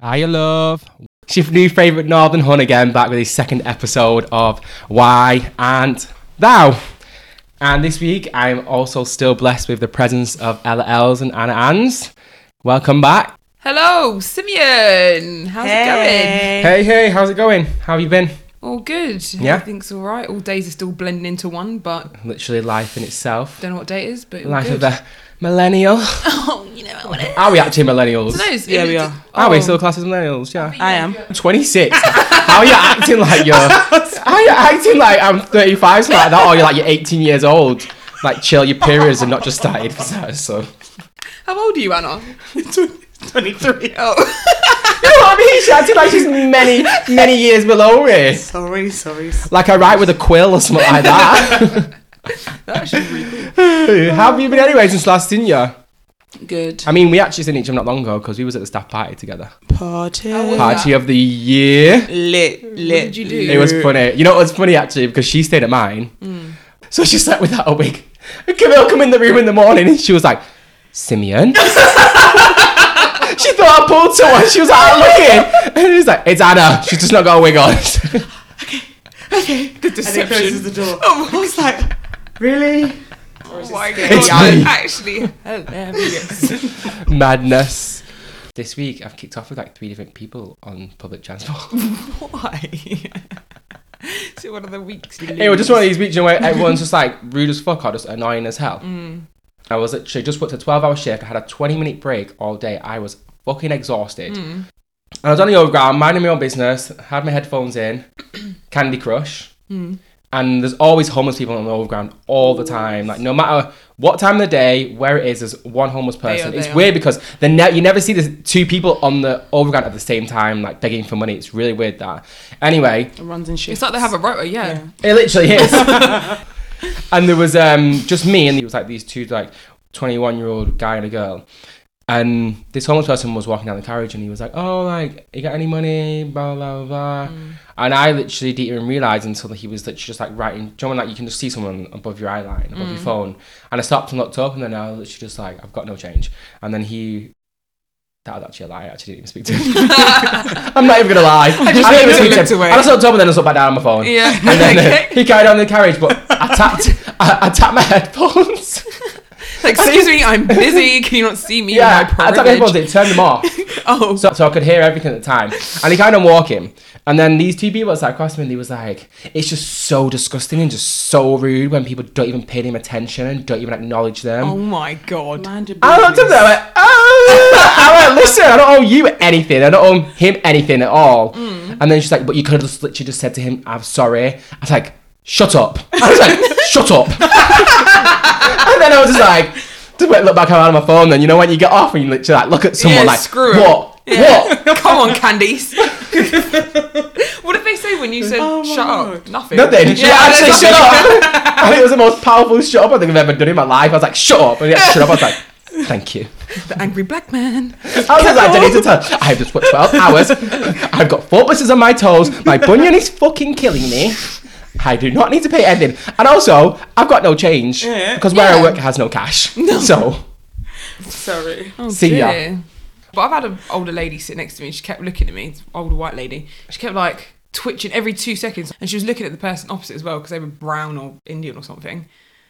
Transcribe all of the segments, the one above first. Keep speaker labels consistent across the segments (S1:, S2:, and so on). S1: Hiya, love. It's your new favourite Northern Hun again, back with his second episode of Why and Thou. And this week, I'm also still blessed with the presence of Ella Els and Anna Ans. Welcome back.
S2: Hello, Simeon. How's it
S1: Hey, hey, how's it going? How have you been?
S2: going? All good.
S1: Yeah.
S2: Everything's all right. All days are still blending into one, but
S1: Literally life in itself.
S2: don't know what day it is. But all
S1: Life
S2: good.
S1: of the millennial.
S2: oh, you know what it is.
S1: Are we actually millennials?
S2: No, it's-
S3: Yeah, we
S2: it's-
S3: are.
S1: Are we
S2: oh.
S1: still classed as millennials? Yeah.
S3: I am.
S1: 26. How are you acting like you're? How are you acting like I'm 35, something like that, or you're like you're 18 years old? Like chill, your periods have not just started. So you know
S2: How old are you, Anna?
S3: 23.
S2: Oh,
S1: what I mean? She's acting like she's many, many years below me.
S3: Sorry, sorry.
S1: Like I write with a quill or something like that.
S2: that's really cool.
S1: How have you been anyway since last seen you?
S3: Good.
S1: I mean, we actually seen each other not long ago because we was at the staff party together.
S3: Party.
S2: How was-
S1: Party of the year.
S3: Lit, lit.
S2: did you do?
S1: It was funny. You know what was funny actually because she stayed at mine, so she slept without a wig. And Camille come in the room in the morning and she was like, "Simeon." she thought I pulled someone. She was like, "I'm looking," and it was like, "It's Anna. She's just not got a wig on."
S3: Okay.
S2: The
S3: And it
S2: deception.
S3: closes the door. Oh, I was like, really?
S2: Oh my god.
S1: It's me.
S2: Actually. Oh, there we go.
S1: Madness. This week I've kicked off with like three different people on public transport.
S2: Why? Is it one of the weeks? you
S1: It was just
S2: lose?
S1: one of these weeks you know, where everyone's just like rude as fuck or just annoying as hell.
S2: Mm,
S1: I was literally just worked a 12 hour shift. I had a 20 minute break all day. I was fucking exhausted.
S2: mm,
S1: And I was on the overground, minding my own business, had my headphones in, Candy Crush.
S2: mm.
S1: And there's always homeless people on the overground all the time. Like, no matter what time of the day, where it is, there's one homeless person.
S2: are,
S1: it's
S2: they are.
S1: weird because they ne- you never see there's two people on the overground at the same time, like begging for money. It's really weird that. Anyway,
S3: It runs and shit.
S2: It's like they have a rotor, yeah.
S3: Yeah.
S1: it literally is. and there was um, just me, and it was like these two, like 21 year old guy and a girl. And this homeless person was walking down the carriage, and he was like, "Oh, like, you got any money?" Blah blah blah.
S2: Mm.
S1: And I literally didn't even realize until he was literally just like writing. Do you know when, like you can just see someone above your eye line, above
S2: Mm.
S1: your phone? And I stopped and looked up, and then I was literally just like, "I've got no change." And then he. That was actually a lie. I actually didn't even speak to him. I'm not even gonna lie. I
S2: just
S1: didn't even
S2: looked
S1: speak to
S2: looked
S1: him.
S2: away.
S1: I just looked up and then I just looked back down on my phone.
S2: Yeah.
S1: And then uh,
S2: Okay.
S1: he carried on in the carriage, but I tapped, I, I tapped my headphones.
S2: Like, excuse me, I'm busy. Can you not see me? in
S1: yeah,
S2: my
S1: I tapped my headphones.
S2: privilege?
S1: It turned them off,
S2: Oh,
S1: so, so I could hear everything at the time. And he carried on walking. And then these two people sat across me, and he was like, "It's just so disgusting and just so rude when people don't even pay them attention and don't even acknowledge them."
S2: oh my god.
S3: Mind your
S1: I looked up
S3: business.
S1: there, I went, oh, I went, listen, I don't owe you anything. I don't owe him anything at all. And then she's like, but you could have just literally just said to him, I'm sorry. I was like, shut up. I was like, shut up. and then I was just like, just went, look back around on my phone. Then you know when you get off and you literally like look at someone
S2: Yeah,
S1: like,
S2: screw 'em.
S1: what, what?
S2: Come on, Candice. what did they say when you said
S3: Oh my
S2: shut up?
S3: God.
S2: Nothing.
S1: Nothing. She
S2: Yeah,
S1: actually
S2: that's
S1: shut up. and it was the most powerful shut up I think I've ever done in my life. I was like, shut up. And he had to shut up. I was like, thank you.
S2: The angry black man.
S1: I was like, I need to tell. I've just worked 12 hours. I've got four blisters on my toes. My bunion is fucking killing me. I do not need to pay anything. And also, I've got no change
S3: Yeah.
S1: because where I
S2: Yeah.
S1: work has no cash. So,
S3: Sorry.
S2: Oh,
S1: See ya.
S2: dear. But I've had an older lady sit next to me. and She kept looking at me. Older white lady. She kept like twitching every two seconds, and she was looking at the person opposite as well because they were brown or Indian or something.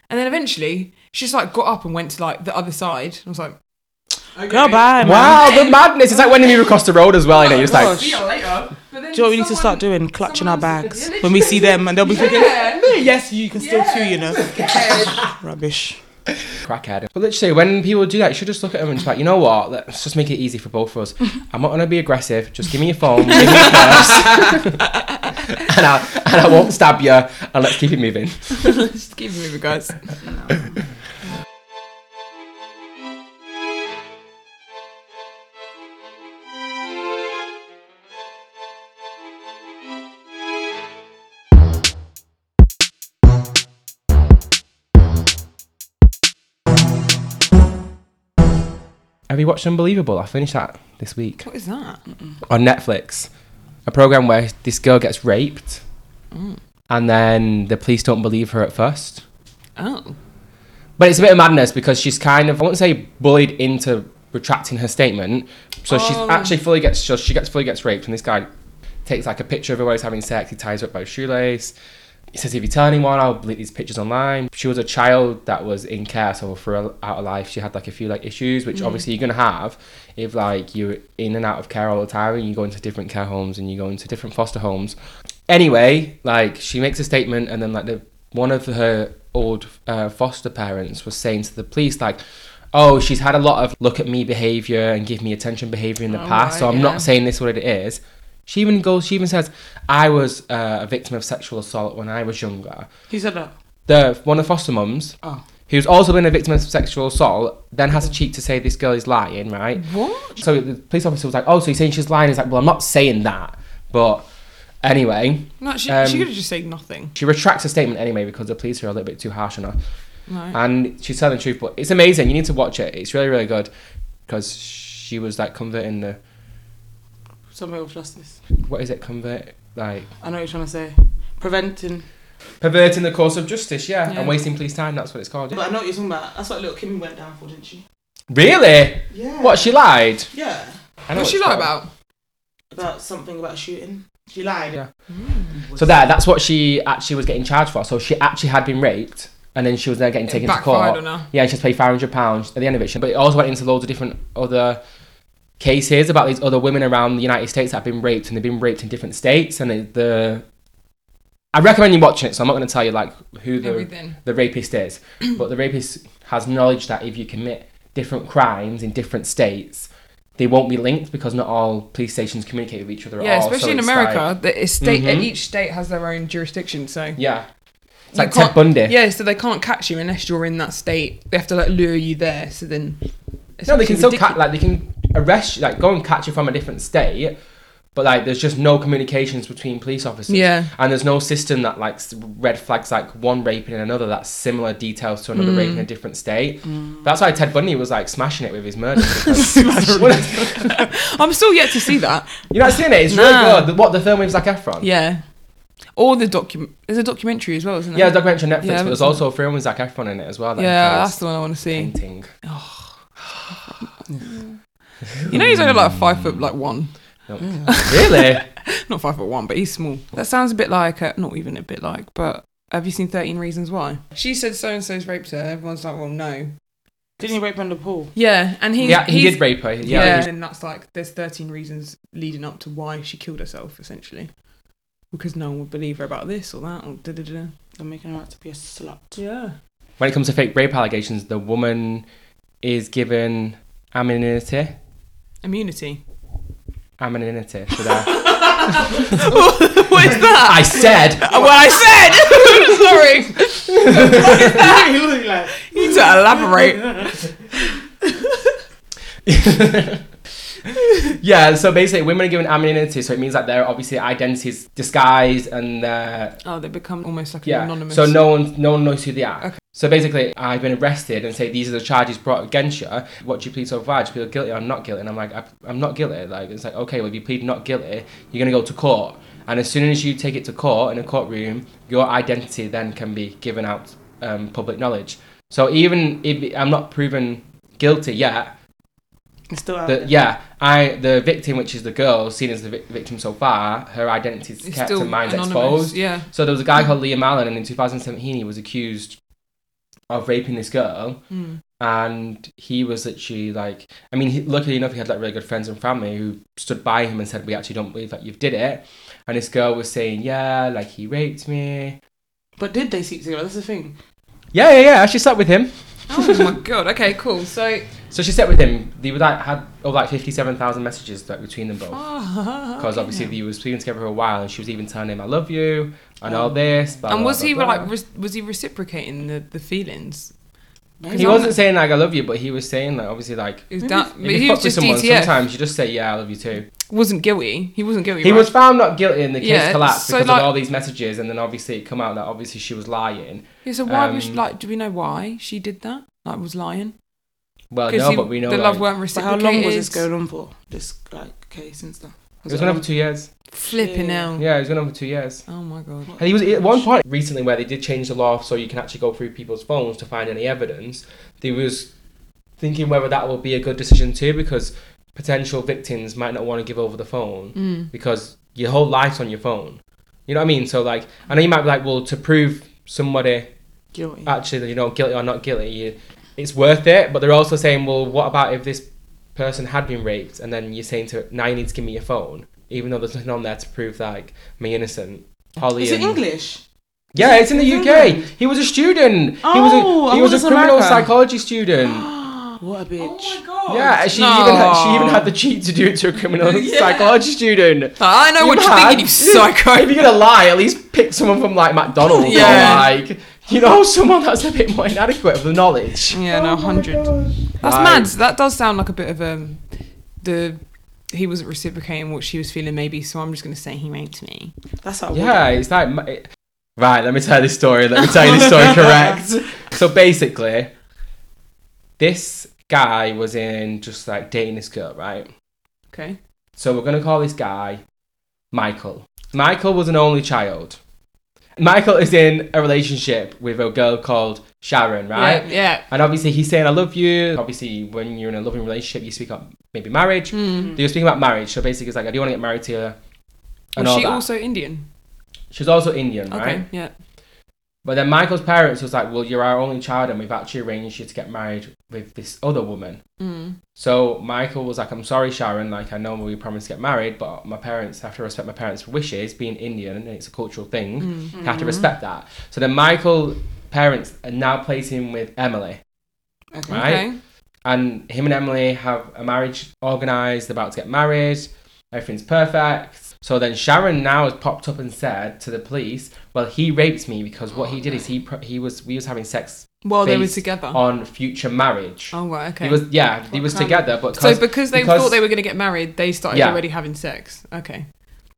S2: And then eventually, she just like got up and went to like the other side. I was like,
S3: Goodbye, man.
S1: wow, the madness. It's like when you across the road as
S2: Oh,
S1: well, you know, you're just like,
S3: Gosh.
S2: See you later. But then
S3: Do you know what we need to start
S2: someone-
S3: doing? Clutching our
S2: someone-
S3: bags
S2: Yeah,
S3: when we see them, and they'll be thinking,
S2: Yeah.
S3: "No, yes, you can still queue, you know.
S2: literally.
S3: Rubbish.
S1: crackhead. But literally, when people do that, you should just look at them and just like, you know what? Let's just make it easy for both of us. I'm not gonna be aggressive. Just give me your phone, give me your purse, and I and I won't stab you. And let's keep it moving.
S2: Just keep it moving, guys.
S1: Have you watched Unbelievable? I finished that this week.
S2: What is that?
S1: on Netflix a program where this girl gets raped and then the police don't believe her at first.
S2: Oh.
S1: But it's a bit of madness because she's kind of, I won't say bullied into retracting her statement. So she's
S2: Oh.
S1: actually fully gets so she gets fully gets raped, and this guy takes like a picture of her while he's having sex. He ties her up by a shoelace. He says, "If you tell anyone, I'll delete these pictures online." She was a child that was in care, so for her out of life, she had like a few like issues,
S2: Mm.
S1: which obviously you're gonna have if like you're in and out of care all the time, and you go into different care homes and you go into different foster homes. Anyway, like she makes a statement, and then like the one of her old uh, foster parents was saying to the police like. Oh, she's had a lot of look at me behavior and give me attention behavior in the
S2: Oh,
S1: past, so
S2: right,
S1: I'm
S2: yeah.
S1: not saying this is what it is. She even goes. She even says, "I was uh, a victim of sexual assault when I was younger."
S3: He said that.
S1: The one of the foster mums,
S3: Oh.
S1: who's also been a victim of sexual assault, then has to cheat to say this girl is lying,
S2: Mm-hmm.
S1: right?
S2: What?
S1: So the police officer was like, "Oh, so you're saying she's lying?" He's like, "Well, I'm not saying that, but anyway."
S2: No, she,
S1: Um,
S2: she could have just said nothing.
S1: She retracts her statement anyway because the police are a little bit too harsh on her,
S2: Right.
S1: and she's telling the truth. But it's amazing. You need to watch it. It's really, really good because she was like converting the
S3: Somewhere of justice.
S1: what is it convert like
S3: I know what you're trying to say. Preventing.
S1: perverting the course of justice, yeah,
S2: Yeah.
S1: and wasting police time. That's what it's called.
S3: But I know what you're talking about. That's what little Kimmy went down for, didn't she?
S1: Really?
S3: Yeah.
S1: What? She lied.
S3: Yeah.
S1: I know what
S2: What's she
S1: it's
S2: like
S1: called.
S2: about?
S3: About something about shooting. She lied.
S1: Yeah. So there, that's what she actually was getting charged for. So she actually had been raped, and then she was now getting
S2: It
S1: taken to
S2: backfired
S1: court.
S2: on her.
S1: Yeah, she had to pay five hundred pounds at the end of it. She- But it also went into loads of different other cases about these other women around the United States that have been raped, and they've been raped in different states. And it, the I recommend you watching it. So I'm not going to tell you like who the
S2: Everything.
S1: the rapist is, but the rapist has knowledge that if you commit different crimes in different states, they won't be linked because not all police stations communicate with each other. at
S2: Yeah,
S1: all, so
S2: especially in
S1: it's like-
S2: America, the state
S1: Mhm.
S2: each state has their own jurisdiction. So
S1: yeah, it's
S2: You
S1: like Ted
S2: can't-
S1: Bundy.
S2: yeah, so they can't catch you unless you're in that state. They have to like lure you there. So then, it's
S1: no, they can
S2: actually
S1: still
S2: ridiculous.
S1: catch, like they can arrest, you, like go and catch you from a different state, but like there's just no communications between police officers.
S2: Yeah.
S1: and there's no system that like s- red flags like one raping and another that's similar details to another
S2: Mm.
S1: rape in a different state. That's why Ted Bundy was like smashing it with his murder. because- Well,
S2: I'm still yet to see that.
S1: You're not seeing it. It's
S2: Nah.
S1: really good. The- What the film with Zac Efron?
S2: Yeah, or the document. There's a documentary as well, isn't there?
S1: yeah, it's a documentary on Netflix.
S2: Yeah, I
S1: but
S2: haven't
S1: there's
S2: seen
S1: also a film with Zac Efron in it as well. that
S2: yeah,
S1: entails
S2: that's the one I want to see.
S1: painting.
S2: You know, he's only like five foot like one,
S1: really?
S2: not five foot one, but he's small. That sounds a bit like, uh, not even a bit like, but have you seen Thirteen Reasons Why? She said so and so's raped her. Everyone's like, well, no.
S3: Didn't he rape her in the pool?
S2: Yeah, and he
S1: yeah, he
S2: he's-
S1: did rape her.
S2: Yeah.
S1: Yeah.
S2: and that's like there's 13 reasons leading up to why she killed herself, essentially, because no one would believe her about this or that or da da da.
S3: They're making her out to be a slut.
S2: Yeah.
S1: When it comes to fake rape allegations, the woman is given anonymity.
S2: Immunity.
S1: Anonymity. So there.
S2: what is that?
S1: I said.
S2: Uh, What I said. Sorry.
S3: He was like,
S2: You need to elaborate.
S1: yeah. So basically, women are given anonymity. So it means that their obviously identities disguised and their
S2: Oh, they become almost like
S1: yeah.
S2: anonymous.
S1: So no one, no one knows who they are.
S2: Okay.
S1: So basically, I've been arrested and say these are the charges brought against you. What do you plead so far? Do you plead guilty or not guilty? And I'm like, I, I'm not guilty. Like it's like okay, well if you plead not guilty, you're gonna go to court. And as soon as you take it to court in a courtroom, your identity then can be given out um, public knowledge. So even if I'm not proven guilty yet,
S3: It's still out
S1: the,
S3: there.
S1: yeah, I the victim, which is the girl seen as the vic- victim so far, her identity is
S2: It's
S1: kept
S2: still
S1: and mine's
S2: anonymous. Mm.
S1: exposed.
S2: Yeah.
S1: So there was a guy called Liam Allen, and in 2017 he was accused of raping this girl,
S2: Mm.
S1: and he was literally like, I mean, he, luckily enough, he had like really good friends and family who stood by him and said, "We actually don't believe that you've did it." And this girl was saying, "Yeah, like he raped me."
S3: But did they sleep together? That's the thing.
S1: Yeah, yeah, yeah. She slept with him.
S2: Oh my god. Okay. Cool. So.
S1: So she slept with him. They were like had oh like 57,000 messages like between them both.
S2: Because
S3: Ah,
S1: because obviously
S2: Oh,
S1: they were sleeping together for a while, and she was even telling him, "I love you," and all this. Blah,
S2: Oh. And
S1: blah,
S2: was
S1: blah,
S2: he
S1: blah.
S2: like re- was he reciprocating the, the feelings?
S1: He wasn't saying like "I love you," but he was saying like obviously like
S2: It was
S3: Maybe
S2: da-
S1: if
S2: but
S1: you
S2: he
S1: fuck
S2: was just
S1: with someone,
S2: DTF.
S1: sometimes you just say, "Yeah, I love you too."
S2: Wasn't guilty. He wasn't guilty.
S1: He
S2: right?
S1: was found not guilty, and the case
S2: Yeah,
S1: collapsed
S2: so,
S1: because
S2: like-
S1: of all these messages, and then obviously it come out that obviously she was lying.
S2: Yeah, so why was
S1: Um,
S2: like? Do we know why she did that? Like was lying?
S1: Well,
S2: Because
S1: no, but we know
S2: the
S1: like,
S2: love weren't
S3: So
S2: reciprocated.
S3: how long was this going on for? This like case and stuff.
S1: it was going on
S3: long?
S1: for two years.
S2: Flipping
S3: Yeah.
S2: out.
S1: Yeah, it was going on for two years.
S2: Oh my god.
S1: And he was at one point recently where they did change the law so you can actually go through people's phones to find any evidence. There was thinking whether that will be a good decision too, because potential victims might not want to give over the phone
S2: Mm.
S1: because your whole life's on your phone. You know what I mean? So like, I know you might be like, well, to prove somebody
S3: Guilty.
S1: actually that you're not guilty or not guilty, you, it's worth it. But they're also saying, well, what about if this person had been raped and then you're saying to now you need to give me your phone, even though there's nothing on there to prove like me innocent. Holly
S3: Is it
S1: and-
S3: English?
S1: Yeah, it's in the
S3: Is it
S1: UK.
S3: England?
S1: He was a student. he
S3: Oh,
S1: was a,
S3: I
S1: he was
S3: thought
S1: a
S3: it's
S1: criminal
S3: America.
S1: psychology student.
S3: What a bitch.
S2: Oh my god.
S1: Yeah, she even had, she even had the cheat to do it to a criminal
S2: Yeah.
S1: psychology student.
S2: Ah, I know
S1: You
S2: what you're
S1: mad?
S2: thinking, you psycho.
S1: If you're gonna lie, at least pick someone from like McDonald's
S2: Yeah.
S1: or like you know someone that's a bit more inadequate of the knowledge.
S3: Mm.
S2: Yeah, no, hundred. That's
S1: Right.
S2: mad. That does sound like a bit of um, the he wasn't reciprocating what she was feeling, maybe. So I'm just gonna say he raped me.
S3: That's how.
S1: Yeah, it's like my- it- right. Let me tell you this story. Let me tell you this story correct. So basically, this guy was in just like dating this girl, right?
S2: Okay.
S1: So we're gonna call this guy Michael. Michael was an only child. Michael is in a relationship with a girl called Sharon, right?
S2: Yeah.
S1: And obviously he's saying I love you. Obviously, when you're in a loving relationship, you speak up maybe marriage.
S2: yeah. Mm.
S1: You're speaking about marriage, so basically it's like I do want to get married to you. And
S2: Was
S1: all
S2: she
S1: that.
S2: also Indian?
S1: She's also Indian,
S2: Okay.
S1: right?
S2: Yeah.
S1: But then Michael's parents was like, "Well, you're our only child, and we've actually arranged you to get married with this other woman."
S2: Mm.
S1: So Michael was like, "I'm sorry, Sharon. Like, I know we promised to get married, but my parents I have to respect my parents' wishes. Being Indian, and it's a cultural thing.
S2: Mm.
S1: I Have to respect that." So then Michael's parents are now placing him with Emily,
S3: Okay.
S1: right?
S2: Okay.
S1: And him and Emily have a marriage organized. They're about to get married. Everything's perfect. So then Sharon now has popped up and said to the police, "Well, he raped me because what he did is he pro- he was we was having sex
S2: While they were
S1: based
S2: together.
S1: on future marriage.
S2: oh right. Oh. Okay.
S1: He was yeah he
S3: What
S1: was
S3: kind of-
S1: together, but
S2: so
S1: 'cause-
S2: because they
S1: because-
S2: thought they were gonna get married, they started
S1: Yeah.
S2: already having sex. Okay.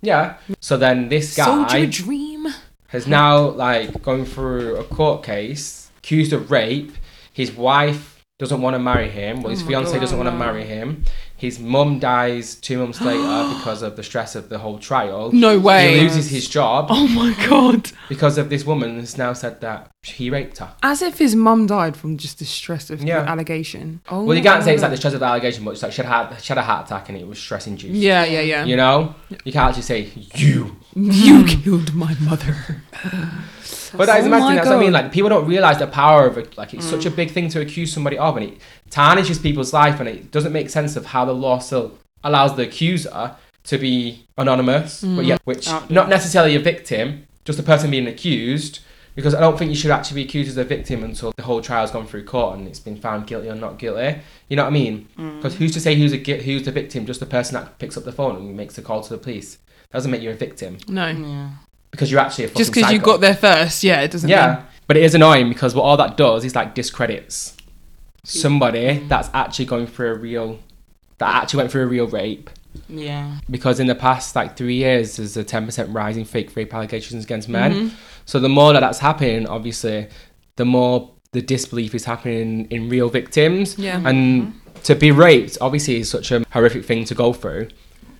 S1: yeah. So then this
S2: Sold you a
S1: guy
S2: dream.
S1: has now like going through a court case accused of rape. His wife doesn't want to marry him. Well, his
S2: Oh my
S1: fiance
S2: God.
S1: doesn't want to marry him. His mum dies two months later because of the stress of the whole trial.
S2: No way.
S1: He loses his job
S2: Oh my god.
S1: because of this woman who's now said that he raped her.
S2: As if his mum died from just the stress of
S1: Yeah.
S2: the allegation. Oh
S1: Well, you
S2: my
S1: can't say it's
S2: God.
S1: like the stress of the allegation, but it's like she had, a heart- she had a heart attack and it was stress induced.
S2: Yeah, yeah, yeah.
S1: You know, you can't actually say you.
S2: You killed my mother.
S1: But that is
S2: Oh
S1: amazing.
S2: my
S1: That's what I mean.
S2: God. Mm.
S1: Like people don't realize the power of it. Like it's such a big thing to accuse somebody of, and it tarnishes people's life, and it doesn't make sense of how the law still allows the accuser to be anonymous,
S2: Mm.
S1: but yet which
S2: Oh,
S3: Out there.
S1: not necessarily a victim, just the person being accused. Because I don't think you should actually be accused as a victim until the whole trial's gone through court and it's been found guilty or not guilty. You know what I mean?
S2: Mm.
S1: Because who's to say who's a gui- who's the victim? Just the person that picks up the phone and makes the call to the police doesn't make you a victim
S2: No.
S3: Yeah.
S1: because you're actually a fucking
S2: Just because you
S1: psycho.
S2: got there first, yeah, it doesn't
S1: Yeah,
S2: mean.
S1: but it is annoying because what all that does is like discredits somebody that's actually going through a real, that actually went through a real rape.
S3: Yeah.
S1: Because in the past like three years, there's a ten percent rise in fake rape allegations against men. So the more that that's happening, obviously, the more the disbelief is happening in real victims.
S2: Yeah.
S1: And
S2: Mm-hmm.
S1: to be raped, obviously, is such a horrific thing to go through.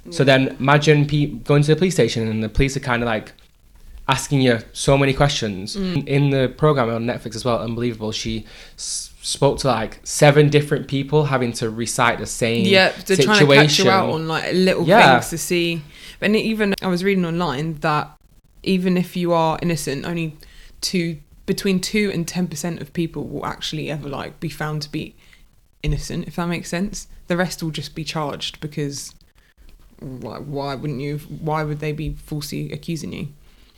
S1: So then imagine pe- going to the police station and the police are kind of like asking you so many questions.
S2: Mm.
S1: In the program on Netflix as well, unbelievable. She s- spoke to like seven different people having to recite the same
S2: Yeah, they're
S1: situation.
S2: trying to catch you out on like little
S1: Yeah.
S2: things to see. And even I was reading online that even if you are innocent, only two between two and ten percent of people will actually ever like be found to be innocent, if that makes sense. The rest will just be charged because like why wouldn't you why would they be falsely accusing you?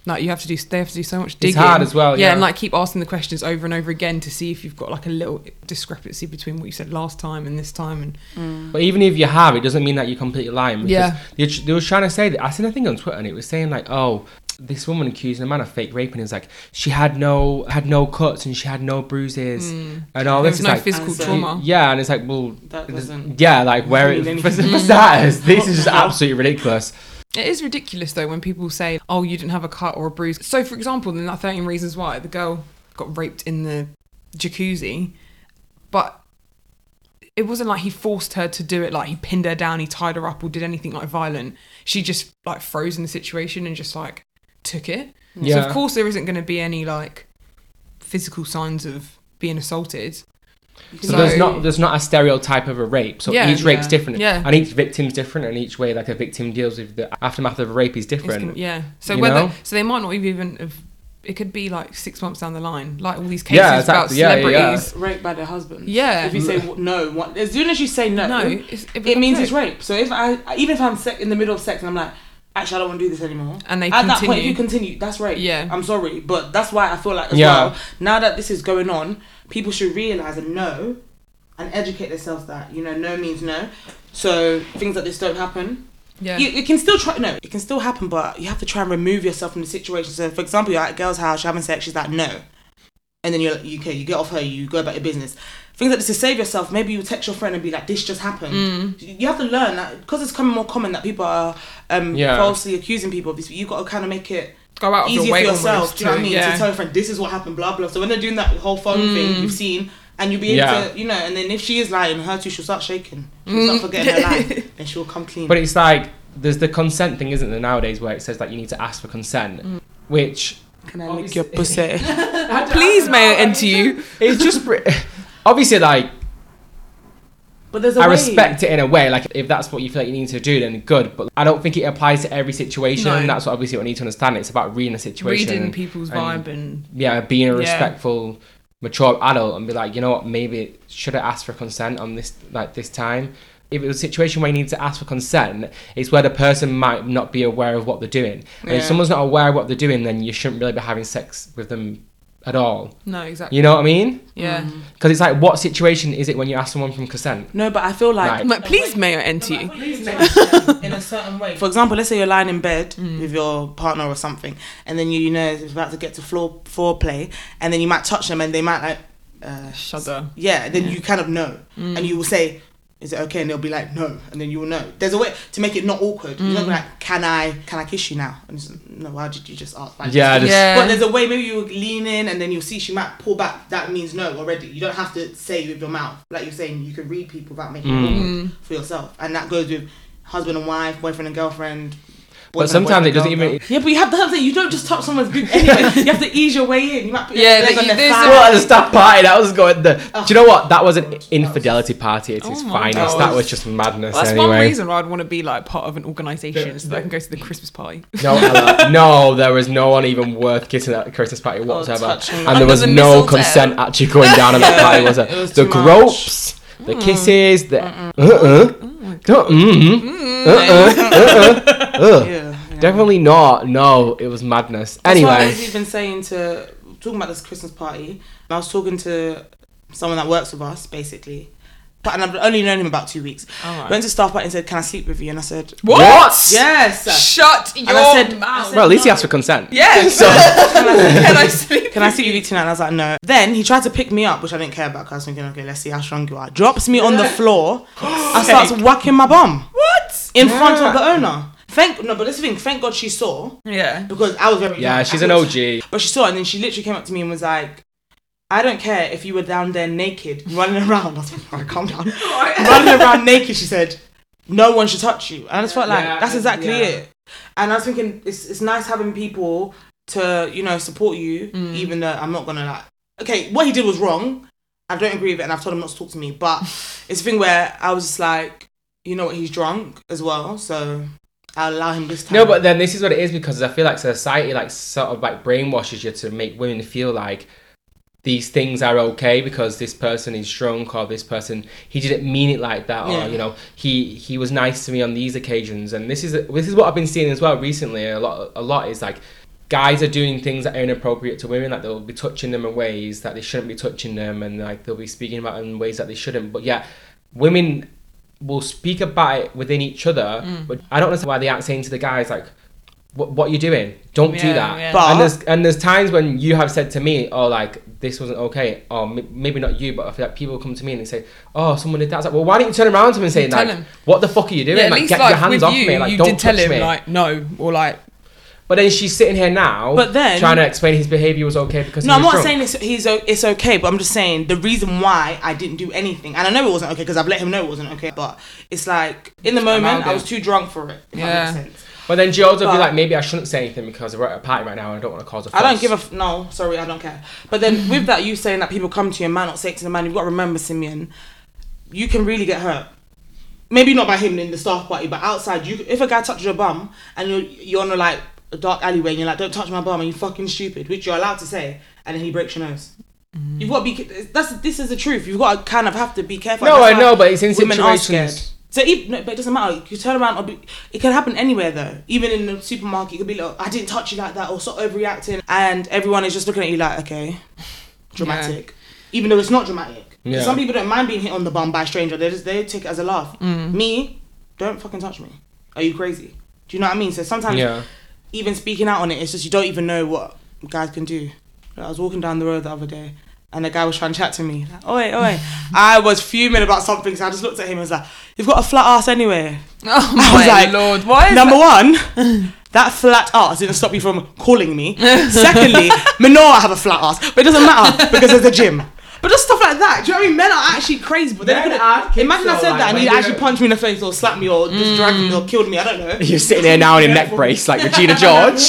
S2: Like you have to do they have to do so much digging.
S1: hard as well, yeah.
S2: and like keep asking the questions over and over again to see if you've got like a little discrepancy between what you said last time and this time and
S1: But even if you have, it doesn't mean that you're completely lying. because
S2: Yeah.
S1: They, tr- they were trying to say that. I seen a thing on Twitter and it was saying like, oh, this woman accusing a man of fake raping is like she had no had no cuts and she had no bruises and all
S2: Mm. There
S1: this
S2: was
S1: is
S2: no
S1: like
S2: physical
S3: Answer.
S2: trauma.
S1: yeah, and it's like well.
S3: That
S1: there's-
S3: doesn't.
S1: Yeah, like where it,
S3: mean
S1: for,
S3: anything.
S1: for starters, this is just absolutely ridiculous.
S2: It is ridiculous though when people say, "Oh, you didn't have a cut or a bruise." So, for example, in that Thirteen Reasons Why, the girl got raped in the jacuzzi, but it wasn't like he forced her to do it. Like he pinned her down, he tied her up, or did anything like violent. She just like froze in the situation and just like took it. So
S1: Yeah.
S2: of course there isn't going to be any like physical signs of being assaulted.
S3: You can
S1: So,
S2: So-
S1: there's not there's not a stereotype of a rape. So
S2: Yeah.
S1: each rape's
S3: Yeah.
S1: different,
S2: Yeah.
S1: and each victim's different, and each way like a victim deals with the aftermath of a rape is
S2: It's
S1: different.
S2: com- yeah. So
S1: You
S2: whether
S1: know?
S2: so they might not have even have. It could be like six months down the line, like all these cases
S1: Yeah, exactly. Yeah,
S2: about
S1: yeah, yeah.
S2: celebrities.
S3: It's raped by their husband.
S2: Yeah.
S3: If you say w- no, one, as soon as you say no,
S2: No,
S3: it,
S2: it's,
S3: means it's
S2: right.
S3: rape. So if I, even if I'm sec- in the middle of sex and I'm like, actually, I don't want to do this anymore.
S2: And they
S3: At
S2: continue.
S3: that point, if you continue, that's rape.
S2: Yeah.
S3: I'm sorry, but that's why I feel like as
S1: Yeah.
S3: well. Now that this is going on, people should realize and know, and educate themselves that you know, no means no. So things like this don't happen.
S2: yeah.
S3: You, it can still try. No, it can still happen, but you have to try and remove yourself from the situation. So, for example, you're at a girl's house, you're having sex. She's like, no, and then you're like, okay, you get off her, you go about your business. Things like this to save yourself. Maybe you text your friend and be like, this just happened. You have to learn that because it's coming more common that people are um,
S1: Yeah.
S3: falsely accusing people of this. You got to kind of make it
S2: Go out of
S3: easier
S2: your
S3: for
S2: way
S3: yourself.
S2: almost.
S3: Do you know what I
S2: to-
S3: mean?
S2: Yeah.
S3: To tell your friend this is what happened, blah blah. So when they're doing that whole phone thing you've seen, and you'll be able
S1: Yeah.
S3: to, you know, and then if she is lying, her too, she'll start shaking.
S2: Mm.
S3: She'll start forgetting her lie, and she'll come clean.
S1: But it's like there's the consent thing, isn't there nowadays, where it says that you need to ask for consent,
S2: Mm.
S1: which
S3: Can I
S1: lick your
S3: pussy?
S2: Please may I enter you?
S1: it's just br- obviously like
S3: but there's a
S1: I
S3: way.
S1: respect it in a way. Like if that's what you feel like you need to do, then good. But I don't think it applies to every situation,
S2: No.
S1: and that's what obviously what I need to understand. It's about reading a situation,
S2: Reading
S1: and,
S2: people's
S1: and-
S2: vibe and
S1: yeah, being a
S2: Yeah.
S1: respectful, mature adult, and be like, you know what, maybe should I ask for consent on this like this time. If it was a situation where you need to ask for consent, it's where the person might not be aware of what they're doing. And if
S3: Yeah.
S1: someone's not aware of what they're doing, then you shouldn't really be having sex with them at all.
S2: no, exactly.
S1: You know what I mean?
S2: Yeah.
S1: Because it's like, what situation is it when you ask someone from consent?
S3: No, but I feel like
S1: Right.
S2: I'm like, please may I enter you?
S3: in a certain way. For example, let's say you're lying in bed
S1: Mm.
S3: with your partner or something, and then you, you know it's about to get to floor foreplay, and then you might touch them, and they might like, uh,
S2: Shudder.
S3: yeah. And then you kind of know,
S1: Mm.
S3: and you will say, "Is it okay?" And they'll be like, "No," and then you will know. There's a way to make it not awkward. You're
S1: Mm.
S3: not like, "Can I? Can I kiss you now?" And it's, no, why did you just ask? Like,
S1: Yeah, I just-
S2: Yeah.
S3: But there's a way. Maybe you lean in, and then you'll see she might pull back. That means no already. You don't have to say with your mouth, like you're saying. You can read people without making
S1: Mm.
S3: it
S2: Mm.
S3: awkward for yourself, and that goes with husband and wife, boyfriend and girlfriend. boyfriend and
S1: sometimes it doesn't even-
S3: boyfriend, girlfriend. Yeah, but you have to have that. You don't just touch someone's boob anyway. you have to ease your way in. You might put
S2: Yeah,
S3: your leg
S2: that
S3: on
S2: you-
S3: their
S2: there's
S3: thigh.
S2: a-
S1: Well, it's that party that was going. The,
S3: Oh.
S1: do you know what? That was an infidelity party at its
S2: Oh my
S1: finest.
S3: God.
S1: That was just madness.
S2: That's
S1: anyway,
S2: one reason why I'd want to be like part of an organisation
S1: The-
S2: so that I can go to the Christmas party.
S1: no, Ella, no, there was no one even worth kissing at the Christmas party whatsoever,
S3: Oh, touch me.
S1: and there was
S2: Under the
S1: no
S2: mistletoe.
S1: consent actually going down at that
S3: Yeah,
S1: party. Was
S3: it was
S1: the
S3: too much.
S1: gropes, the kisses, the uh uh, uh uh, uh uh,
S3: Yeah, yeah.
S1: definitely not. No, it was madness.
S3: That's why I
S1: Anyway,
S3: was even saying to talking about this Christmas party, and I was talking to someone that works with us basically, but and I've only known him about two weeks.
S2: Alright.
S3: Went to staff party and said, "Can I sleep with you?" And I said,
S1: What?
S3: "Yes."
S2: Shut your
S3: I said- I
S2: mouth.
S3: said-
S1: well, at least he asked for consent.
S2: yeah.
S1: So,
S2: Can I speak?
S3: Can I sleep with you tonight? And I was like, no. Then he tried to pick me up, which I didn't care about because I was thinking, okay, let's see how strong you are. Drops me on the floor and starts whacking my bum
S2: What?
S3: in front of the owner. Thank no, but this thing, thank God she saw
S2: Yeah.
S3: because I was very
S1: yeah,
S3: drunk.
S1: she's
S3: I
S1: an
S3: thought-
S1: OG.
S3: But she saw, it and then she literally came up to me and was like, "I don't care if you were down there naked, running around." I was like, "Alright, calm down." running around naked, she said, "No one should touch you." And I just felt like
S1: Yeah,
S3: that's
S1: I-
S3: exactly
S1: yeah.
S3: it. And I was thinking, it's it's nice having people to you know support you,
S1: Mm.
S3: even though I'm not gonna like. Okay, what he did was wrong. I don't agree with it, and I've told him not to talk to me. But it's a thing where I was just like, you know what, he's drunk as well, so I'll allow him this time.
S1: No, but then this is what it is because I feel like society like sort of like brainwashes you to make women feel like these things are okay because this person is drunk or this person he didn't mean it like that or
S3: Yeah.
S1: you know he he was nice to me on these occasions and this is this is what I've been seeing as well recently a lot a lot is like guys are doing things that are inappropriate to women like they'll be touching them in ways that they shouldn't be touching them and like they'll be speaking about it in ways that they shouldn't but yeah women will speak about it within each other
S2: Mm.
S1: but I don't understand why they aren't saying to the guys like what, what you doing don't do
S2: Yeah,
S1: that
S2: yeah.
S3: But-
S1: and there's and there's times when you have said to me, "Oh, like this wasn't okay," or m- maybe not you, but I feel like people come to me and they say, "Oh, someone did that." It's like, well, why don't you turn around to him and say,
S2: You tell
S1: "Like,
S2: him.
S1: what the fuck are you doing?
S2: Yeah, at
S1: like,
S2: least
S1: get
S2: like
S1: your hands
S2: with
S1: off
S2: you,
S1: me! Like,
S2: you
S1: don't
S2: did tell
S1: touch
S2: him
S1: me!"
S2: like no or like
S1: but then she's sitting here now,
S3: But then-
S1: trying to explain his behavior was okay because
S3: No,
S1: he
S3: I'm
S1: was
S3: not
S1: drunk.
S3: saying it's he's o- it's okay, but I'm just saying the reason why I didn't do anything, and I know it wasn't okay because I've let him know it wasn't okay, but it's like in the moment
S2: allowed
S3: I
S2: it.
S3: was too drunk for it. If yeah.
S2: Yeah.
S3: That makes sense.
S1: But then Joe's would be
S3: But-
S1: like, maybe I shouldn't say anything because we're at a party right now and I don't want to cause a fuss.
S3: I don't give a f- no. Sorry, I don't care. But then with that, you saying that people come to you and man not say it to the man, you've got to remember, Simeon, you can really get hurt. Maybe not by him in the staff party, but outside, you if a guy touches your bum and you're you're on a like a dark alleyway and you're like, don't touch my bum, and you fucking stupid, which you're allowed to say, and then he breaks your nose.
S1: Mm.
S3: You've got to be. ca- That's this is the truth. You've got to kind of have to be careful.
S1: No, I
S3: That's why
S1: know, but it's in
S3: women are
S1: situations.
S3: scared. So even, no, but it doesn't matter. You can turn around or be, it can happen anywhere though. Even in the supermarket, it could be like, I didn't touch you like that, or sort of overreacting, and everyone is just looking at you like, okay, dramatic, even though it's not dramatic.
S1: Yeah.
S3: Some people don't mind being hit on the bum by a stranger. They just they take it as a laugh. Me, don't fucking touch me. Are you crazy? Do you know what I mean? So sometimes
S1: Yeah.
S3: even speaking out on it, it's just you don't even know what guys can do. Like, I was walking down the road the other day and a guy was trying to chat to me. Like, oi, oi. I was fuming about something, so I just looked at him and was like, You've got a flat ass anyway.
S2: Oh
S3: I was
S2: my
S3: like,
S2: lord! Why is
S3: Number one, that flat ass didn't stop you from calling me. Secondly, Manoa have a flat ass, but it doesn't matter because there's a gym. But just stuff like that. Do you know what I mean? Men are actually crazy, but they're
S1: Men
S3: gonna
S1: are kids,
S3: imagine I
S1: though,
S3: said
S1: like,
S3: that and
S1: when Mm.
S3: he'd
S1: you're-
S3: actually punch me in the face or slap me or just drag me or killed me. I don't know.
S1: You're sitting there now in a neck brace like Regina George.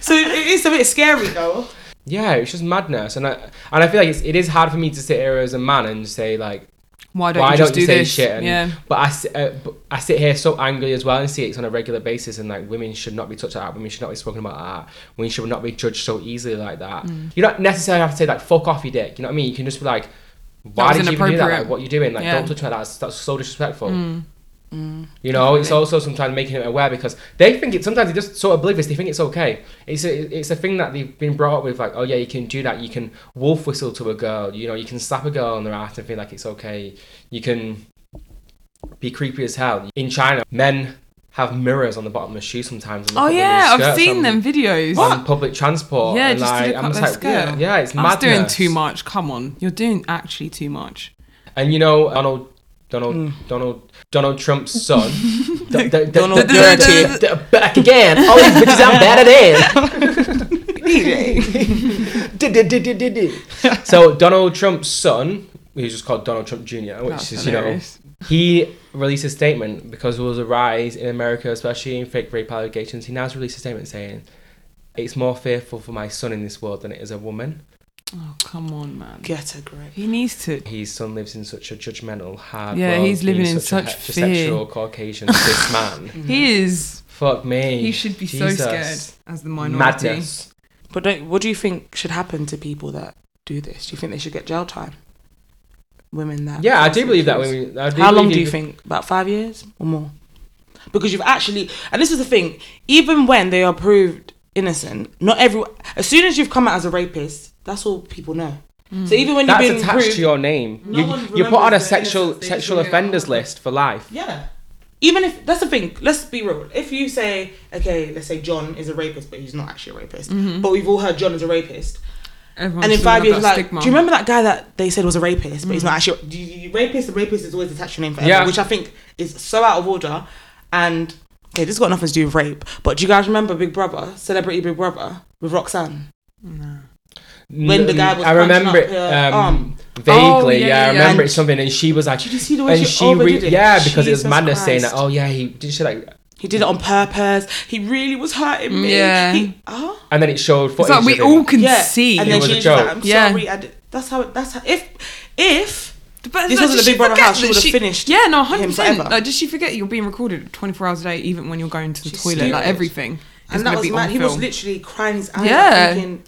S3: So it is a bit scary though.
S1: yeah, it's just madness, and I and I feel like it's, it is hard for me to sit here as a man and say like,
S2: Why don't
S1: why
S2: you
S1: don't
S2: just
S1: you
S2: do
S1: say
S2: this?
S1: shit? And,
S2: yeah.
S1: But I, si- uh, but I sit here so angry as well and see it's on a regular basis, and like women should not be touched like that, women should not be spoken about like that, women should not be judged so easily like that.
S2: Mm.
S1: You don't necessarily have to say like fuck off your dick. You know what I mean? You can just be like, why
S2: was
S1: did you even do that?
S2: inappropriate.
S1: Like, what you doing? Like,
S2: Yeah.
S1: don't
S2: Mm.
S1: touch me like that. That's, that's so disrespectful. You know, it's also sometimes making them aware because they think it. Sometimes they just so oblivious. They think it's okay. It's a, it's a thing that they've been brought up with. Like, oh yeah, you can do that. You can wolf whistle to a girl. You know, you can slap a girl on the ass and feel like it's okay. You can be creepy as hell. In China, men have mirrors on the bottom of the shoe sometimes. and
S2: Oh
S1: look at women's
S2: yeah, I've
S1: skirts
S2: seen
S1: on-
S2: them videos.
S1: on public transport.
S2: Yeah,
S1: and
S2: just to
S1: like,
S2: look
S1: I'm
S2: up
S1: just
S2: their
S1: like, yeah,
S2: skirt.
S1: yeah, it's
S2: That's doing
S1: madness.
S2: too much. Come on, you're doing actually too much.
S1: And you know, Donald, Donald, Donald, Donald Trump's son, D- D- D-
S3: Donald
S1: D-
S3: Dirty.
S1: D- D- back again. All these bitches I'm bad at it. So Donald Trump's son, who's just called Donald Trump Jr., which
S2: That's
S1: is
S2: hilarious.
S1: you know, he released a statement because there was a rise in America, especially in fake rape allegations. He now has released a statement saying. It's more fearful for my son in this world than it is a woman.
S2: Oh come on, man.
S3: Get a grip.
S2: He needs to.
S1: His son lives in such a judgmental, hard
S2: Yeah,
S1: world,
S2: he's living
S1: being
S2: in
S1: such,
S2: such
S1: a
S2: fear.
S1: heterosexual Caucasian cis man.
S2: He is.
S1: Fuck me.
S2: He should be so
S1: Mm. Jesus.
S2: scared as the minority.
S1: Madness.
S3: But don't, what do you think should happen to people that do this? Do you think they should get jail time? Women that.
S1: Yeah, I do believe that women. I
S3: How long
S1: believe
S3: do you think? About five years or more? Because you've actually, and this is the thing, even when they are proved innocent, not every. As soon as you've come out as a rapist, that's all people know. So even
S1: Mm.
S3: when
S1: That's
S3: you've been
S1: attached
S3: proved,
S1: to your name.
S3: No
S1: you
S3: one
S1: you put
S3: remembers
S1: on a
S3: their
S1: sexual
S3: innocence, they
S1: sexual
S3: just-
S1: offenders list for life.
S3: Yeah. Even if that's the thing, let's be real. If you say, okay, let's say John is a rapist, but he's not actually a rapist,
S1: Mm-hmm.
S3: but we've all heard John is a rapist,
S1: Oh,
S2: Everyone's
S3: and in
S2: still
S3: five
S2: got
S3: years,
S2: that
S3: like,
S2: stigma.
S3: do you remember that guy that they said was a rapist, but he's not actually do you, rapist? The rapist is always attached to your name forever,
S1: Mm. Yeah.
S3: which I think is so out of order. And okay, this has got nothing to do with rape, but do you guys remember Big Brother, Celebrity Big Brother with Roxanne? When the guy was
S1: Mm, I remember
S3: punching
S1: it
S3: up
S1: um,
S3: her arm.
S1: vaguely.
S2: Oh, yeah,
S1: yeah, I
S2: yeah, yeah.
S1: remember
S3: And-
S1: it's something, and she was like,
S3: Did you see the way
S1: and
S3: she,
S1: she,
S3: overdid
S1: re-
S3: it?
S1: yeah, because it was
S3: Jesus
S1: madness saying that.
S3: Christ.
S1: Oh yeah, he did she like,
S3: He did it on purpose. He really was hurting me.
S2: Yeah.
S3: He, oh.
S1: and then it showed
S2: It's
S1: footage.
S2: like we
S1: of
S2: all
S1: him.
S2: can
S3: yeah.
S2: see.
S3: And
S1: It
S3: then
S1: was
S3: she
S1: a
S3: was like,
S1: joke.
S3: I'm
S2: Yeah.
S3: sorry. I did- that's how. That's how. If if
S2: But
S3: This
S2: like,
S3: wasn't
S2: does
S3: a Big
S2: she
S3: Brother
S2: forget
S3: house, she
S2: that
S3: would've finished
S2: Yeah, no,
S3: him
S2: hundred percent.
S3: forever.
S2: Like, does she forget you're being recorded 24 hours a day, even when you're going to the
S3: She's
S2: toilet? Like
S3: stupid.
S2: everything.
S3: and that was
S2: be on
S3: mad. He was
S2: film.
S3: literally crying his eyes
S2: Yeah.
S3: out, thinking,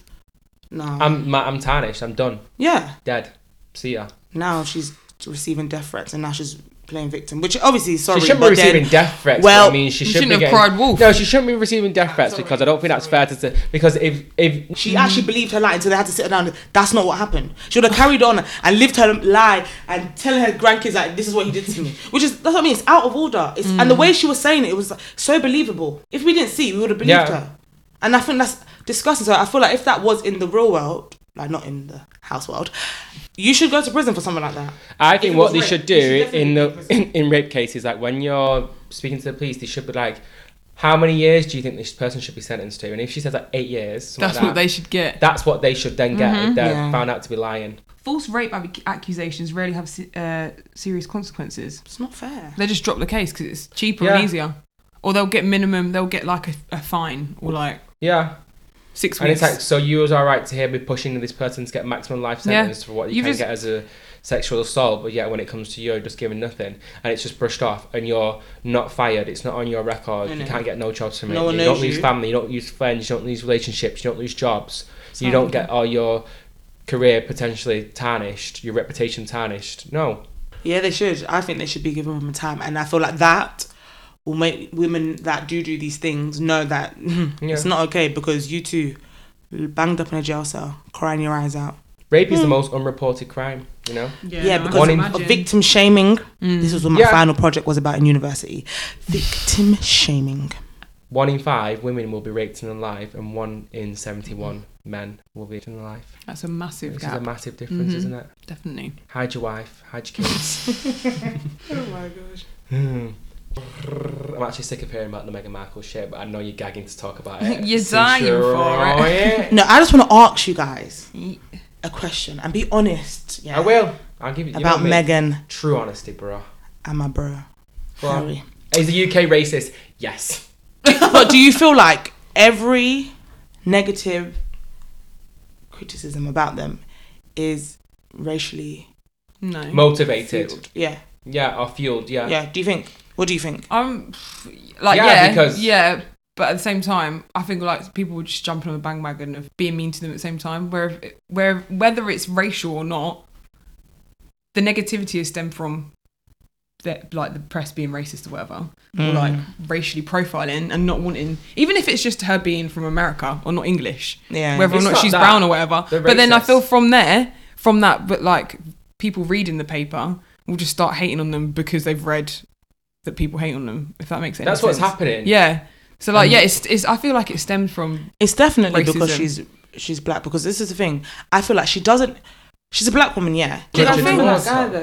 S3: no.
S1: I'm ma- I'm tarnished. I'm done.
S3: yeah.
S1: Dead. See ya.
S3: now she's receiving death threats and now she's playing victim, which obviously is sorry.
S1: she shouldn't be
S3: but then-
S1: receiving death threats. Well,
S3: Well,
S1: I mean, she
S2: you
S1: should
S2: shouldn't
S1: be
S2: have
S1: getting-
S2: cried wolf.
S1: No, she shouldn't be receiving death threats
S3: sorry,
S1: because I don't think that's fair to say. Because if if
S3: She actually believed her lie until they had to sit her down. That's not what happened. She would have carried on and lived her lie and tell her grandkids like this is what he did to me, which is that's what I mean. It's out of order. It's, And
S1: Mm.
S3: the way she was saying it, it was like, so believable. If we didn't see, we would have believed
S1: Yeah.
S3: her. And I think that's disgusting. So I feel like if that was in the real world, like not in the house world, you should go to prison for something like that.
S1: I
S3: If
S1: think
S3: it
S1: what
S3: was
S1: they
S3: rape,
S1: should
S3: they should
S1: do
S3: definitely
S1: in
S3: be
S1: the
S3: in
S1: in, in rape cases, like when you're speaking to the police, they should be like, "How many years do you think this person should be sentenced to?" And if she says like eight years, something
S2: That's
S1: like
S2: what
S1: that,
S2: they should get.
S1: That's what they should then get if they're
S3: Mm-hmm. Yeah.
S1: found out to be lying.
S2: False rape ac- accusations rarely have se- uh, serious consequences.
S3: It's not fair.
S2: They just drop the case because it's cheaper
S1: Yeah.
S2: and easier. or they'll get minimum. They'll get like a, a fine or like
S1: Yeah.
S2: six
S1: And
S2: weeks.
S1: it's like, so you was all right to here be pushing this person to get maximum life
S2: Yeah.
S1: sentence for what you,
S2: You
S1: can
S2: just-
S1: get as a sexual assault, but yet when it comes to you, you're just giving nothing, and it's just brushed off, and you're not fired. It's not on your record.
S3: I
S1: You
S3: know.
S1: can't get no jobs from
S3: No
S1: it.
S3: one
S1: you
S3: knows
S1: don't lose
S3: you.
S1: family. You don't lose friends. You don't lose relationships. You don't lose jobs. you
S2: not
S1: don't
S2: happening.
S1: get all your career potentially tarnished. Your reputation tarnished. No.
S3: Yeah, they should. I think they should be giving women time, and I feel like that will make women that do do these things know that it's not okay because you two banged up in a jail cell, crying your eyes out.
S1: Rape
S3: Hmm.
S1: is the most unreported crime. You know.
S3: Yeah, because
S1: One
S3: of
S1: in- Mm.
S3: of victim shaming. This was what my
S1: Yeah.
S3: final project was about in university. Victim shaming.
S1: One in five women will be raped in their life, and one in seventy-one men will be raped in their life.
S2: That's a massive
S1: This is a
S2: gap.
S1: massive difference,
S2: Mhm.
S1: isn't it?
S2: Definitely.
S1: Hide your wife. Hide your kids.
S3: Oh my gosh.
S1: Hmm. I'm actually sick of hearing about the Meghan Markle shit, but I know you're gagging to talk about it.
S2: You're
S1: Since
S2: dying
S1: you're
S2: for
S1: on
S3: No, I just want to ask you guys
S2: Ye-
S3: a question and be honest. Yeah.
S1: I will. I'll give you you
S3: About
S1: know me.
S3: Megan
S1: True honesty, bro.
S3: and my bro.
S1: Go on.
S3: Harry.
S1: Is the UK racist? Yes.
S3: but do you feel like every negative criticism about them is racially
S2: No.
S1: Motivated.
S3: fueled? Yeah,
S1: Yeah, or fueled. Yeah.
S3: yeah. Do you think? What do you think?
S2: I'm like
S1: Yeah,
S2: yeah,
S1: because-
S2: yeah, but at the same time, I think like people were just jumping on the bandwagon of being mean to them at the same time. Where where whether it's racial or not, the negativity is stemmed from that like the press being racist or whatever, or
S3: Mm. Hmm.
S2: like racially profiling and not wanting, even if it's just her being from America or not English,
S3: Yeah.
S2: whether or
S1: It's
S2: not
S1: not
S2: she's
S1: that.
S2: brown or whatever.
S1: They're
S2: But then I
S1: racist.
S2: feel from there, from that, but like people reading the paper will just start hating on them because they've read that people hate on them. If that makes any
S1: That's what's
S2: sense.
S1: happening.
S2: Yeah. So like,
S1: Um,
S2: yeah, it's, it's. I feel like it stems from.
S3: It's definitely because
S2: Racism.
S3: she's she's black. Because this is the thing. I feel like she doesn't. She's a black woman, yeah.
S1: Did
S2: I think-
S3: that guy, the,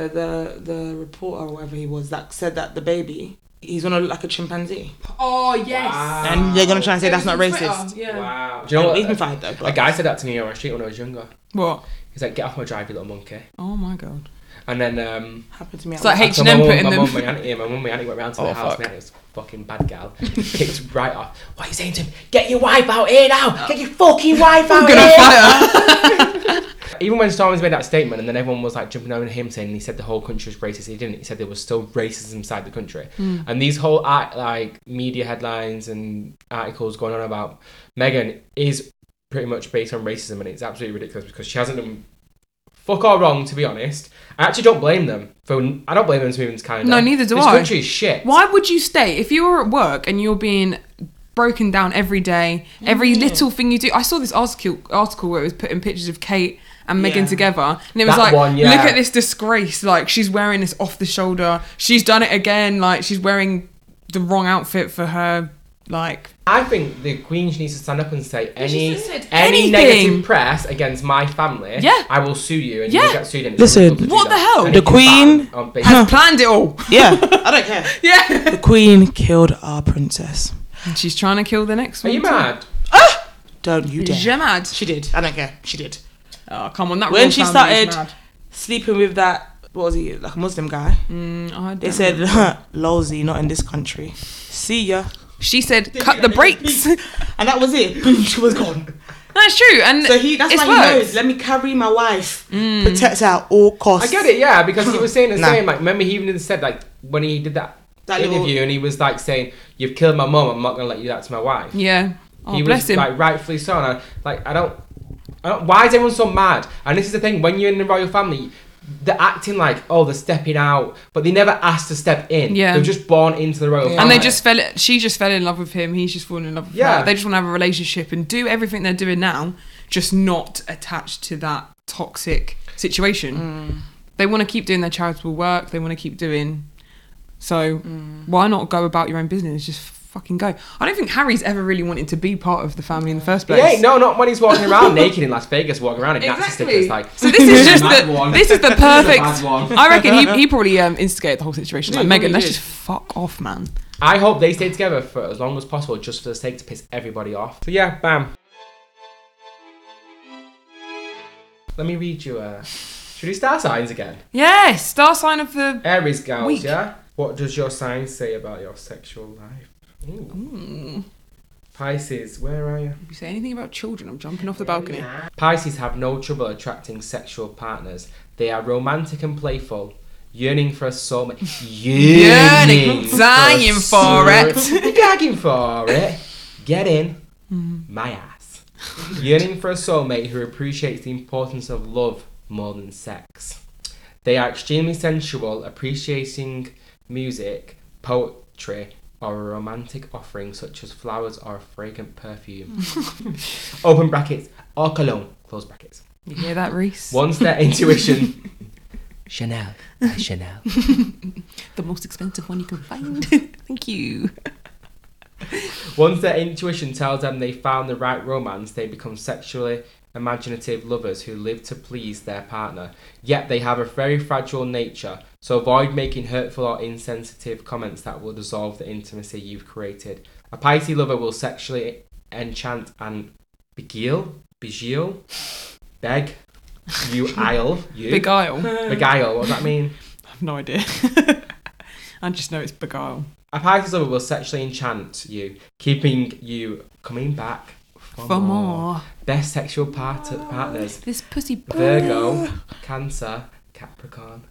S3: the the reporter or whatever he was, that said that the baby he's gonna look like a chimpanzee,
S2: Oh
S1: yes. Wow.
S3: and they're gonna try and say that's not racist.
S2: Yeah.
S1: Wow. Do you know
S3: Leave me
S1: what?
S3: fired though.
S1: A
S3: But
S1: guy said that to me on my street when I was younger.
S2: What?
S1: He's like, "Get off my drive, you little monkey."
S2: Oh my god.
S1: And then um,
S3: happened to me.
S2: It's
S3: at
S2: like
S3: work.
S1: So
S2: H and
S1: my mum-
S2: M putting
S1: my
S2: them.
S1: mum, my auntie, yeah, my mum, my auntie went round to the
S2: Oh,
S1: house.
S2: fuck.
S1: My auntie was a fucking bad gal. Kicked right off. What are you saying to him? Get your wife out here now. Get your fucking wife out
S2: gonna
S1: here.
S2: fire.
S1: Even when Storms made that statement, and then everyone was like jumping over him saying he said the whole country was racist. He didn't. He said there was still racism inside the country.
S2: Hmm.
S1: And these whole art, like media headlines and articles going on about Megan is pretty much based on racism, and it's absolutely ridiculous because she hasn't done fuck all wrong. To be honest, I actually don't blame them for. I don't blame them for moving to Canada.
S2: No, neither do
S1: this
S2: I.
S1: country is shit.
S2: Why would you stay if you were at work and you're being broken down every day, every
S3: Mm.
S2: little thing you do? I saw this article article where it was putting pictures of Kate and Megan
S3: Yeah.
S2: together, and it was
S1: That
S2: like,
S1: one, yeah.
S2: look at this disgrace! Like she's wearing this off the shoulder. She's done it again. Like she's wearing the wrong outfit for her. Like
S1: I think the Queen needs to stand up and say any
S2: just said
S1: any
S2: anything.
S1: negative press against my family.
S2: Yeah.
S1: I will sue you, and
S2: Yeah.
S1: you get sued. And it's
S3: Listen,
S1: illegal to do
S2: What the
S1: that.
S2: hell?
S1: And
S3: The
S1: it is
S3: Queen
S1: banned on bas-
S2: has planned it all.
S3: yeah, I don't care.
S2: yeah.
S3: The Queen killed our princess.
S2: And she's trying to kill the next
S1: Are
S2: one.
S1: you mad?
S3: Don't you dare.
S2: Je mad.
S3: She did. I don't care. She did.
S2: Oh come on, that
S3: When
S2: royal
S3: she
S2: family is
S3: started-
S2: mad.
S3: Sleeping with that, what was he, like a Muslim guy?
S2: Mm, I
S3: They
S2: don't
S3: said,
S2: know.
S3: lolzy, not in this country. See ya.
S2: she said, cut the brakes.
S3: And that was it. Boom, she was gone.
S2: That's true. And
S3: So he, that's
S2: it's Mm.
S3: why
S2: worked.
S3: he knows, let me carry my wife. Protect her at all costs.
S1: I get it, yeah, because he was saying the
S3: Nah.
S1: same. Like, remember he even said like when he did that,
S3: That
S1: interview,
S3: little-
S1: and he was like saying, "You've killed my mum. I'm not gonna let you do that to my wife."
S2: Yeah. Oh,
S1: he
S2: bless
S1: was
S2: him.
S1: like rightfully so, and I, like I don't, I don't. Why is everyone so mad? And this is the thing: when you're in the royal family, they're acting like oh they're stepping out, but they never asked to step in.
S2: Yeah.
S1: they're just born into the royal
S2: and
S1: family.
S2: they just fell. She just fell in love with him. He's just fallen in love with
S1: Yeah.
S2: her. They just want to have a relationship and do everything they're doing now, just not attached to that toxic situation.
S1: Mm.
S2: They want to keep doing their charitable work. They want to keep doing. So
S1: Mm.
S2: why not go about your own business? Just fucking go. I don't think Harry's ever really wanted to be part of the family in the first place.
S1: Yeah, no, not when he's walking around naked in Las Vegas, walking around in Nazi
S2: Exactly.
S1: stickers. Like,
S2: So this is just
S1: Mad
S2: the
S1: one.
S2: this is the
S1: This is a
S2: perfect.
S1: bad one.
S2: I reckon he, he probably um, instigated the whole situation. Like
S3: Yeah,
S2: Megan, let's
S3: probably did.
S2: just fuck off, man.
S1: I hope they stay together for as long as possible, just for the sake to piss everybody off. So yeah, bam. Let me read you. Uh, should we star signs again?
S2: Yeah, star sign of the
S1: Aries gals,
S2: Weak.
S1: yeah. What does your sign say about your sexual life? Ooh.
S2: Mm.
S1: Pisces, where are you?
S2: If you say anything about children, I'm jumping off the balcony.
S1: Pisces have no trouble attracting sexual partners. They are romantic and playful, yearning for a soulmate. yearning,
S2: Yearning, dying for it.
S1: soul- gagging for it. Get in
S2: Mm-hmm.
S1: my ass. yearning for a soulmate who appreciates the importance of love more than sex. They are extremely sensual, appreciating music, poetry, or a romantic offering such as flowers or a fragrant perfume. Open brackets or cologne. Close brackets.
S2: You hear that, Reese?
S1: Once their intuition. Chanel. by Chanel.
S2: The most expensive one you can find. Thank you.
S1: Once their intuition tells them they found the right romance, they become sexually imaginative lovers who live to please their partner. Yet they have a very fragile nature, so avoid making hurtful or insensitive comments that will dissolve the intimacy you've created. A Pisces lover will sexually enchant and beguile, beguile, beg, you isle, you,
S2: Beguile.
S1: beguile. What does that mean?
S2: I've no idea. I just know it's beguile.
S1: A Pisces lover will sexually enchant you, keeping you coming back for, more.
S2: For more,
S1: Best sexual part- partners
S2: this pussy
S1: Virgo, Cancer, Capricorn.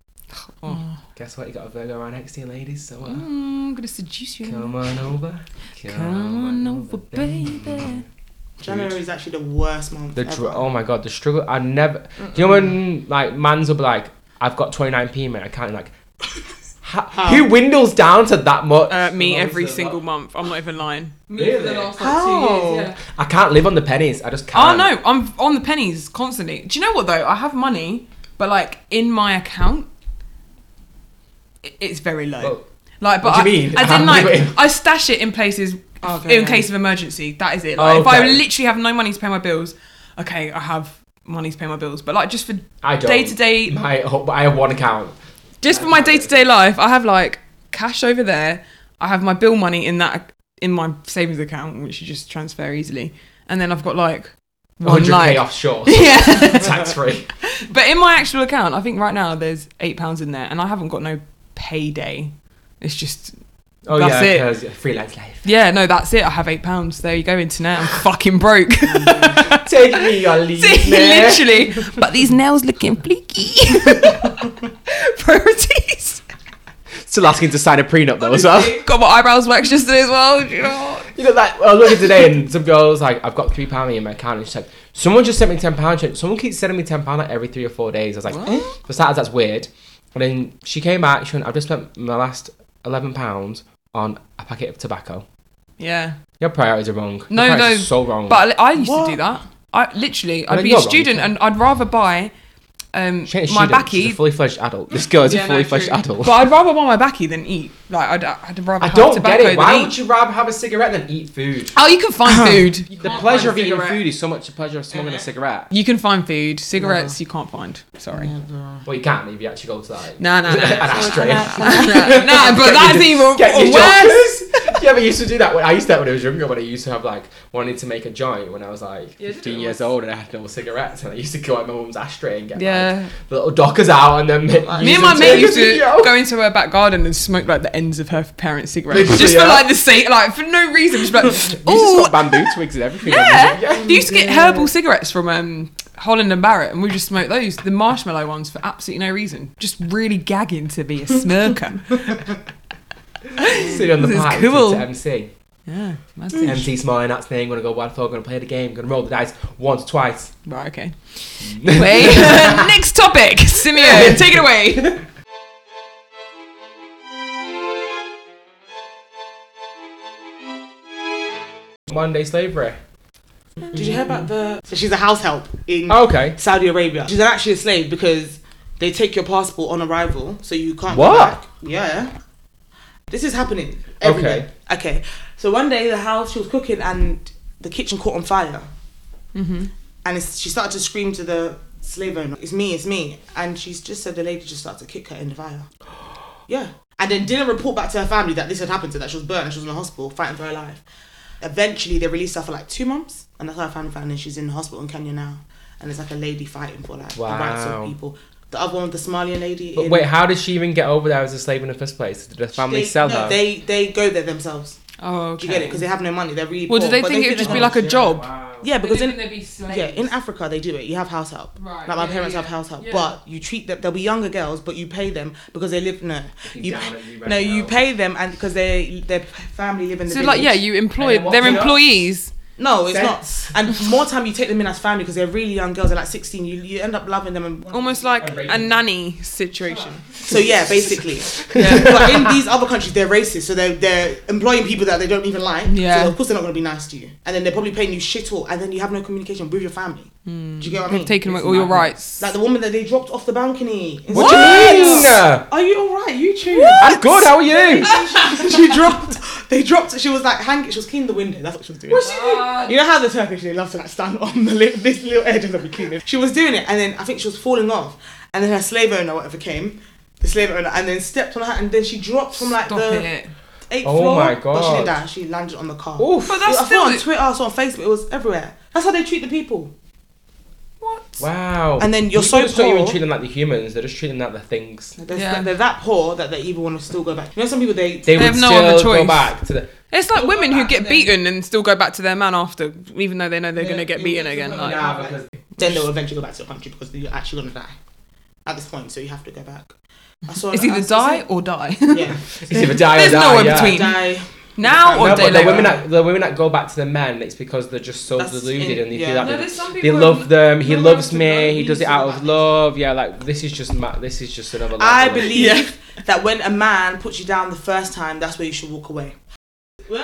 S2: Oh.
S1: Guess what? You got a Virgo right next to you, ladies. So uh,
S2: Mm, I'm gonna seduce you.
S1: come on over. Come,
S2: on over, baby.
S3: January is actually the worst month.
S1: The
S3: ever.
S1: dr- oh my god, the struggle. I never. Do you know when like mans will be like, I've got 29p, mate. I can't like. Ha- Who dwindles down to that much?
S2: Uh, me
S1: Well,
S2: every
S1: so,
S2: single
S1: like-
S2: month. I'm not even lying.
S4: Me for the
S1: Really?
S4: last like
S3: How?
S4: two years. Yeah.
S1: I can't live on the pennies. I just
S2: Oh
S1: can't.
S2: no, I'm on the pennies constantly. Do you know what though? I have money, but like in my account, i- it's very low.
S1: Well,
S2: like, but
S1: what do
S2: I,
S1: you mean?
S2: As in,
S1: How do you
S2: like,
S1: mean?
S2: I stash it in places
S3: Okay.
S2: in case of emergency. That is it. Like, if I
S1: Okay.
S2: literally have no money to pay my bills, okay, I have money to pay my bills. But like, just for
S1: I don't.
S2: day to day
S1: My, I have one account.
S2: just for my day to day life, I have like cash over there. I have my bill money in that in my savings account, which you just transfer easily, and then I've got like one
S1: 100k
S2: like
S1: offshore,
S2: yeah.
S1: tax free.
S2: but in my actual account, I think right now there's eight pounds in there, and I haven't got no payday. It's just
S1: Oh
S2: That's it.
S1: yeah, 'cause freelance life.
S2: yeah, no, that's it. I have eight pounds. There you go, internet. I'm fucking broke.
S1: Take me or leave me.
S2: Literally, but these nails looking fleeky. Priorities.
S1: Still asking to sign a prenup though as well.
S2: Got my eyebrows waxed yesterday as well. Do you know?
S1: You know, like I was looking today, and some girl was like, "I've got three pound in my account," and she's like, "Someone just sent me ten pound." Someone keeps sending me ten pound like every three or four days. I was like,
S2: What?
S1: "For starters, that's weird." And then she came back. She went, "I've just spent my last eleven pounds on a packet of tobacco."
S2: Yeah.
S1: Your priorities are wrong. Your
S2: No,
S1: priorities
S2: no,
S1: are so wrong.
S2: But I, I used
S3: What?
S2: to do that. I literally, I'd
S1: Well,
S2: be
S1: you're
S2: a
S1: wrong,
S2: student,
S1: yeah.
S2: and I'd rather buy um,
S1: she ain't a
S2: my
S1: student, she's
S2: backy,
S1: a fully fledged adult. This girl is
S4: Yeah,
S1: a
S4: no,
S1: fully fledged
S4: true.
S1: adult.
S2: but I'd rather buy my backy than eat. Like I'd, I'd rather
S1: I
S2: have
S1: don't
S2: tobacco
S1: get it.
S2: than
S1: Why
S2: eat.
S1: would you rather have a cigarette than eat food?
S2: Oh, you can find
S1: Uh-huh.
S2: food.
S1: The
S4: can't find
S1: pleasure of eating
S4: cigarette.
S1: food is so much the pleasure of smoking a cigarette.
S2: You can find food. Cigarettes, you can't find. Sorry.
S1: Well, you can't if you actually go to that.
S2: Nah, nah,
S1: An
S2: nah.
S1: ashtray.
S2: nah, but that's even
S1: Get your
S2: worse.
S1: joggers. yeah, but you used to do that. When, I used to do that when I was younger. When I used to have like wanted to make a joint when I was like
S4: Yeah, I did it
S1: 15
S4: once.
S1: years old and I had no cigarettes and I used to go out my mum's ashtray and get like,
S2: Yeah.
S1: the little dockers out and then make,
S2: Me and my mate used to go into her back garden and smoke like the ends of her parents' cigarettes,
S1: Literally,
S2: just for
S1: yeah.
S2: like the sake, like for no reason. Just like,
S1: You just
S2: oh,
S1: got bamboo twigs and everything.
S2: Yeah.
S1: Yeah.
S2: They used to get herbal cigarettes from um, Holland and Barrett, and we just smoked those, the marshmallow ones, for absolutely no reason. Just really gagging to be a smirker.
S1: Sit on the
S2: This is
S1: park
S2: cool.
S1: to MC.
S2: yeah, that's it.
S1: MC smiling, that's the name. Gonna go wild for. Gonna play the game. Gonna roll the dice once, twice.
S2: Right, okay. Anyway, next topic. Simeo, take it away.
S1: Monday slavery.
S3: Did you hear about the? So she's a house help
S2: Oh,
S3: in
S1: Okay.
S3: Saudi Arabia. She's actually a slave because they take your passport on arrival, so you can't. go
S1: What?
S3: back. Yeah. This is happening every
S1: Okay.
S3: day. okay. So one day the house she was cooking and the kitchen caught on fire,
S2: hmm
S3: and it's, she started to scream to the slave owner, "It's me, it's me!" And she's just said the lady just started to kick her in the fire. Yeah. And then didn't report back to her family that this had happened to her, that she was burnt, and she was in the hospital fighting for her life. Eventually, they released her for like two months, and that's how her family found her. She's in the hospital in Kenya now, and it's like a lady fighting for like the rights
S1: Wow.
S3: of people. The other one, the Somalian lady.
S1: But
S3: in-
S1: wait, how did she even get over there as a slave in the first place? Did the family
S3: they,
S1: sell
S3: no,
S1: her?
S3: They they go there themselves.
S2: Oh, okay.
S3: Do you get it? Because they have no money. They're really
S2: well, did
S3: poor,
S2: they
S3: but
S2: think it would
S3: they
S2: just be like a job?
S3: yeah, because in,
S2: they'd be slaves.
S3: yeah, in Africa they do it. You have house help.
S2: Right,
S3: Like my
S2: yeah,
S3: parents
S2: yeah,
S3: have house help,
S2: yeah.
S3: but you treat them. They'll be younger girls, but you pay them because they live no. You,
S1: down it, you rent
S3: no,
S1: it
S3: you
S1: out.
S3: pay them and because they their family live in the
S2: so like, yeah,
S3: village.
S2: you employ
S1: And then
S2: they're
S1: what's enough?
S2: employees.
S3: No, it's
S1: Sense.
S3: not. And more time you take them in as family because they're really young girls. They're like 16. You, you end up loving them. And,
S2: Almost like
S1: And
S2: a
S1: raising-
S2: nanny situation.
S3: so yeah, basically. But in these other countries, they're racist. So they're, they're employing people that they don't even like.
S2: Yeah.
S3: So of course they're not going to be nice to you. And then they're probably paying you shit all. And then you have no communication with your family. Do you get what I mean?
S2: They've taken away
S1: It's
S2: all your
S1: madness.
S2: rights.
S3: like the woman that they dropped off the balcony.
S1: What do you mean?
S3: Are you all right? You too.
S1: I'm good. How are you?
S3: she dropped. They dropped. She was like hanging. She was cleaning the window. That's what she was doing.
S2: Uh,
S3: You know how the Turkish they love to like stand on the li- this little edge of the bikini. She was doing it, and then I think she was falling off, and then her slave owner, whatever, came, the slave owner, and then stepped on her, and then she dropped from like
S2: Stop
S3: the
S2: it.
S3: eighth
S1: Oh
S3: floor.
S1: my
S3: But she
S1: God.
S3: didn't die. She landed on the car.
S1: Oof.
S2: But
S3: I
S2: that's
S3: saw it on
S2: still
S3: Twitter, I saw on Facebook, it was everywhere. That's how they treat the people.
S2: what?
S1: Wow.
S3: And then you're
S1: People
S3: so
S1: just don't even
S3: poor.
S1: treat them like the humans. They're just treating them like the things.
S3: They're,
S2: Yeah.
S3: they're that poor that they even want to still go back. You know, some people they.
S1: They, would
S2: have no
S1: still
S2: other
S1: go
S2: choice.
S1: back to the.
S2: It's like women who
S3: back
S2: get
S3: and then-
S2: beaten and still go back to their man after, even though they know they're
S3: Yeah,
S2: gonna get
S3: you-
S2: beaten
S3: you-
S2: again. Like,
S3: Nah, because- then they'll eventually go back to your country because you're actually gonna die at this point, so you have to go back. I saw.
S2: it's
S3: I
S2: either
S3: saw-
S2: die or die.
S3: Yeah.
S1: It's either die or
S2: There's
S1: die,
S2: nowhere
S1: yeah.
S2: between.
S3: die.
S2: now
S1: No,
S2: or
S1: but
S2: day
S1: the
S2: later.
S1: women that the women that go back to the men, it's because they're just so
S3: That's
S1: deluded
S3: it,
S1: and they
S3: yeah.
S1: feel like
S2: No,
S1: they-
S2: there's some
S1: they
S2: people
S1: love
S2: who-
S1: them. He
S3: no
S1: loves
S3: one
S1: me.
S3: knows
S1: He does it
S3: all
S1: out of
S3: about
S1: love. Yeah, like this is just ma- this is just another.
S3: I
S1: level.
S3: believe that when a man puts you down the first time, that's where you should walk away.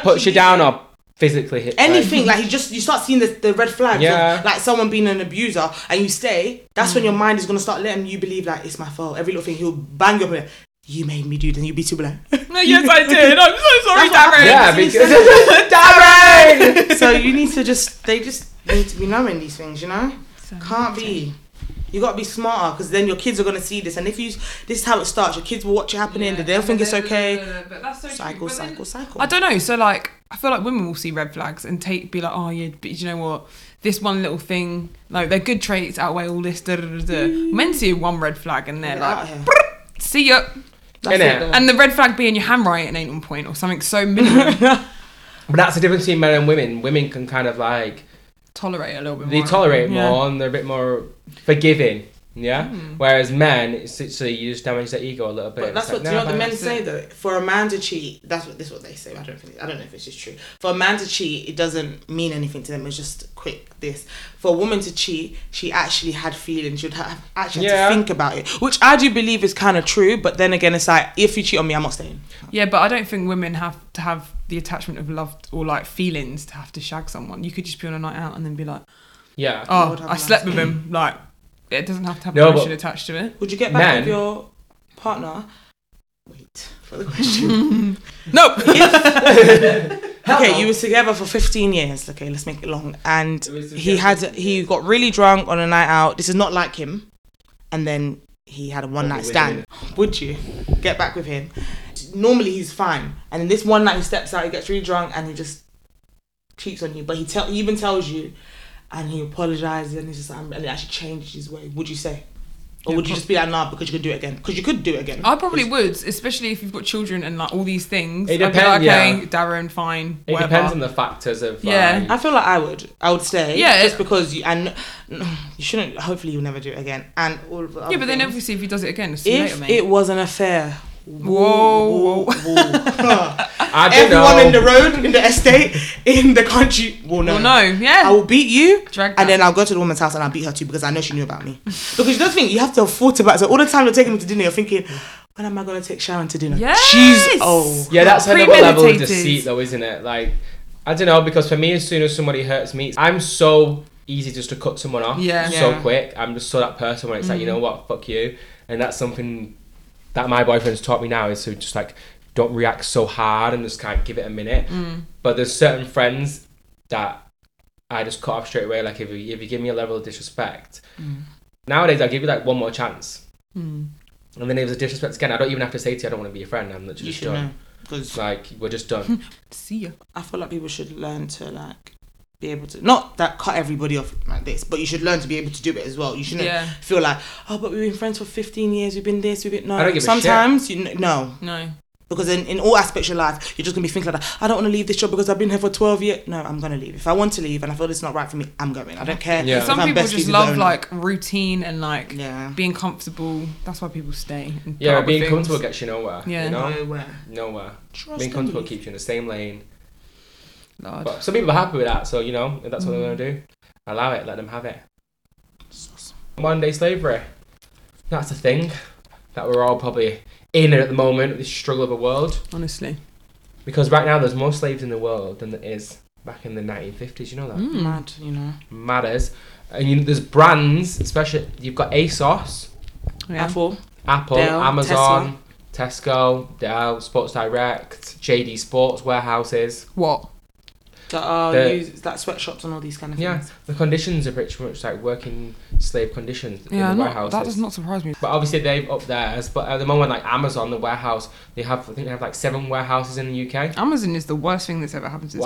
S1: puts you down or physically hit
S3: anything like you just you start seeing the, the red flags
S1: Yeah.
S3: of, like someone being an abuser and you stay that's
S2: Mm.
S3: when your mind is going to start letting you believe like it's my fault every little thing he'll bang you up and be like, you made me do this and you'll be too black
S2: No, yes, I did. I'm so sorry,
S3: That's what
S2: Darren.
S3: happened.
S1: Yeah,
S3: That's
S1: because
S3: Darren! so you need to just they just need to be knowing these things, you know? Can't be. You gotta be smarter because then your kids are gonna see this, and if you this is how it starts, your kids will watch it happening, and they'll think it's okay.
S2: But that's so
S3: Cycle, cycle, cycle.
S2: I don't know. So like, I feel like women will see red flags and take be like, oh yeah, but you know what? This one little thing, like their good traits outweigh all this. Da, da, da, da. Men see one red flag and they're
S3: Get
S2: like,
S3: out of here.
S2: see ya.
S3: That's
S1: Innit?
S3: it, though.
S2: And the red flag being your handwriting ain't on point or something so minimum.
S1: But that's the difference between men and women. Women can kind of like
S2: tolerate a little bit
S1: they
S2: more.
S1: tolerate
S2: Yeah.
S1: more and they're a bit more forgiving. Yeah. Whereas men, it's so you just damage their ego a little bit.
S3: Hmm. But that's
S1: It's like,
S3: what do you know
S1: nah,
S3: what the
S1: man.
S3: men say though. For a man to cheat, that's what this is what they say. I don't think I don't know if it's just true. For a man to cheat, it doesn't mean anything to them. It's just quick this. For a woman to cheat, she actually had feelings. She'd have actually had
S1: Yeah.
S3: to think about it, which I do believe is kind of true. But then again, it's like if you cheat on me, I'm not staying.
S2: Yeah, but I don't think women have to have the attachment of love or like feelings to have to shag someone. You could just be on a night out and then be like,
S1: Yeah.
S2: oh,
S3: Lord have
S2: I slept with him. Like, it doesn't have to have
S1: No,
S2: emotion
S1: but-
S2: attached to it.
S3: Would you get back
S1: Men-
S3: with your partner? Wait for the question.
S2: No.
S3: okay, you were together for 15 years. Okay, let's make it long. And
S1: It was
S3: he had he got really drunk on a night out. This is not like him. And then he had a one night
S1: with
S3: stand. Would you get back with him? Normally he's fine, and in this one night he steps out. He gets really drunk and he just cheats on you. But he tell he even tells you, and he apologizes and he's just like, "I'm-" and it actually changed his way. Would you say? Or
S2: Yeah,
S3: would you
S2: prob-
S3: just be like, nah, because you could do it again? Because you could do it again.
S2: I probably would, especially if you've got children and like all these things.
S1: It
S2: I'd
S1: depend-
S2: be like, okay,
S1: yeah.
S2: Darren, fine,
S1: It
S2: whatever.
S1: depends on the factors of.
S2: Yeah.
S1: like-
S3: I feel like I would. I would stay.
S2: Yeah,
S3: Just
S2: it-
S3: because you and you shouldn't. Hopefully, you'll never do it again. And all of the other
S2: yeah, but then
S3: things.
S2: obviously if he does it again, it's
S3: if
S2: later, mate.
S3: it was an affair.
S2: Whoa, whoa.
S1: I don't
S3: Everyone
S1: know.
S3: in the road, in the estate, in the country will know.
S2: well, no, yeah.
S3: I will beat you,
S2: Drag that.
S3: and then I'll go to the woman's house and I'll beat her too because I know she knew about me. Because that's the thing, you have to have thought about it. So all the time you're taking me to dinner, you're thinking, when am I going to take Sharon to dinner?
S2: Yes!
S3: She's, oh.
S1: Yeah, that's another level of
S2: Premeditated.
S1: deceit, though, isn't it? Like, I don't know, because for me, as soon as somebody hurts me, I'm so easy just to cut someone off
S2: Yeah.
S1: so
S3: Yeah. Mm.
S1: quick. I'm just so that person where it's like, you know what, fuck you. And that's something that my boyfriend's taught me now is to just like, don't react so hard and just kind of give it a minute.
S2: Mm.
S1: But there's certain friends that I just cut off straight away. Like, if you, if you give me a level of disrespect,
S3: Mm.
S1: nowadays I give you like one more chance.
S2: Mm.
S1: And then if there's disrespect again, I don't even have to say to you, I don't want to be your friend. I'm literally
S3: You
S1: just
S3: should
S1: done.
S3: know. Because
S1: It's like we're just done.
S2: See ya.
S3: I feel like people should learn to, like, be able to, not that cut everybody off like this, but you should learn to be able to do it as well. You shouldn't
S2: Yeah.
S3: feel like, oh, but we've been friends for 15 years, we've been this, we've been. No,
S1: I don't give a shit.
S3: sometimes, you kn- no.
S2: No.
S3: Because in, in all aspects of your life, you're just gonna be thinking like that. I don't want to leave this job because I've been here for 12 years. No, I'm gonna leave. If I want to leave and I feel it's not right for me, I'm going. I don't care.
S1: Yeah.
S3: if
S2: Some
S3: I'm
S2: people
S3: best
S2: just
S3: leave
S2: love
S3: alone.
S2: like routine and like
S3: yeah.
S2: being comfortable. That's why people stay. and put
S1: Yeah,
S2: up with
S1: being
S2: things.
S1: comfortable gets you nowhere.
S2: Yeah.
S1: You know?
S3: Nowhere.
S1: Nowhere.
S3: Trust
S1: being comfortable
S3: and believe.
S1: keeps you in the same lane.
S2: Lord.
S1: But some people are happy with that, so you know, if that's what they're gonna do, allow it, let them have it. Modern day slavery. That's a thing that we're all probably in at the moment, this struggle of the world.
S2: Honestly.
S1: Because right now there's more slaves in the world than there is back in the 1950s, you know that?
S2: Mm.
S3: Mad, you know.
S1: Matters. And you, there's brands, especially, you've got ASOS,
S2: Yeah.
S3: Apple.
S1: Apple,
S3: Dell,
S1: Amazon, Tesco, Dell, Sports Direct, JD Sports, warehouses.
S2: What?
S3: That are
S1: The-
S3: used, that sweatshops and all these kind of
S1: Yeah.
S3: things.
S1: The conditions are pretty much like working slave conditions
S2: Yeah,
S1: in the
S2: not-
S1: warehouses.
S2: that does not surprise me.
S1: But obviously they've up theirs. But at the moment, like Amazon, the warehouse, they have I think they have like seven warehouses in the UK.
S2: Amazon is the worst thing that's ever happened to this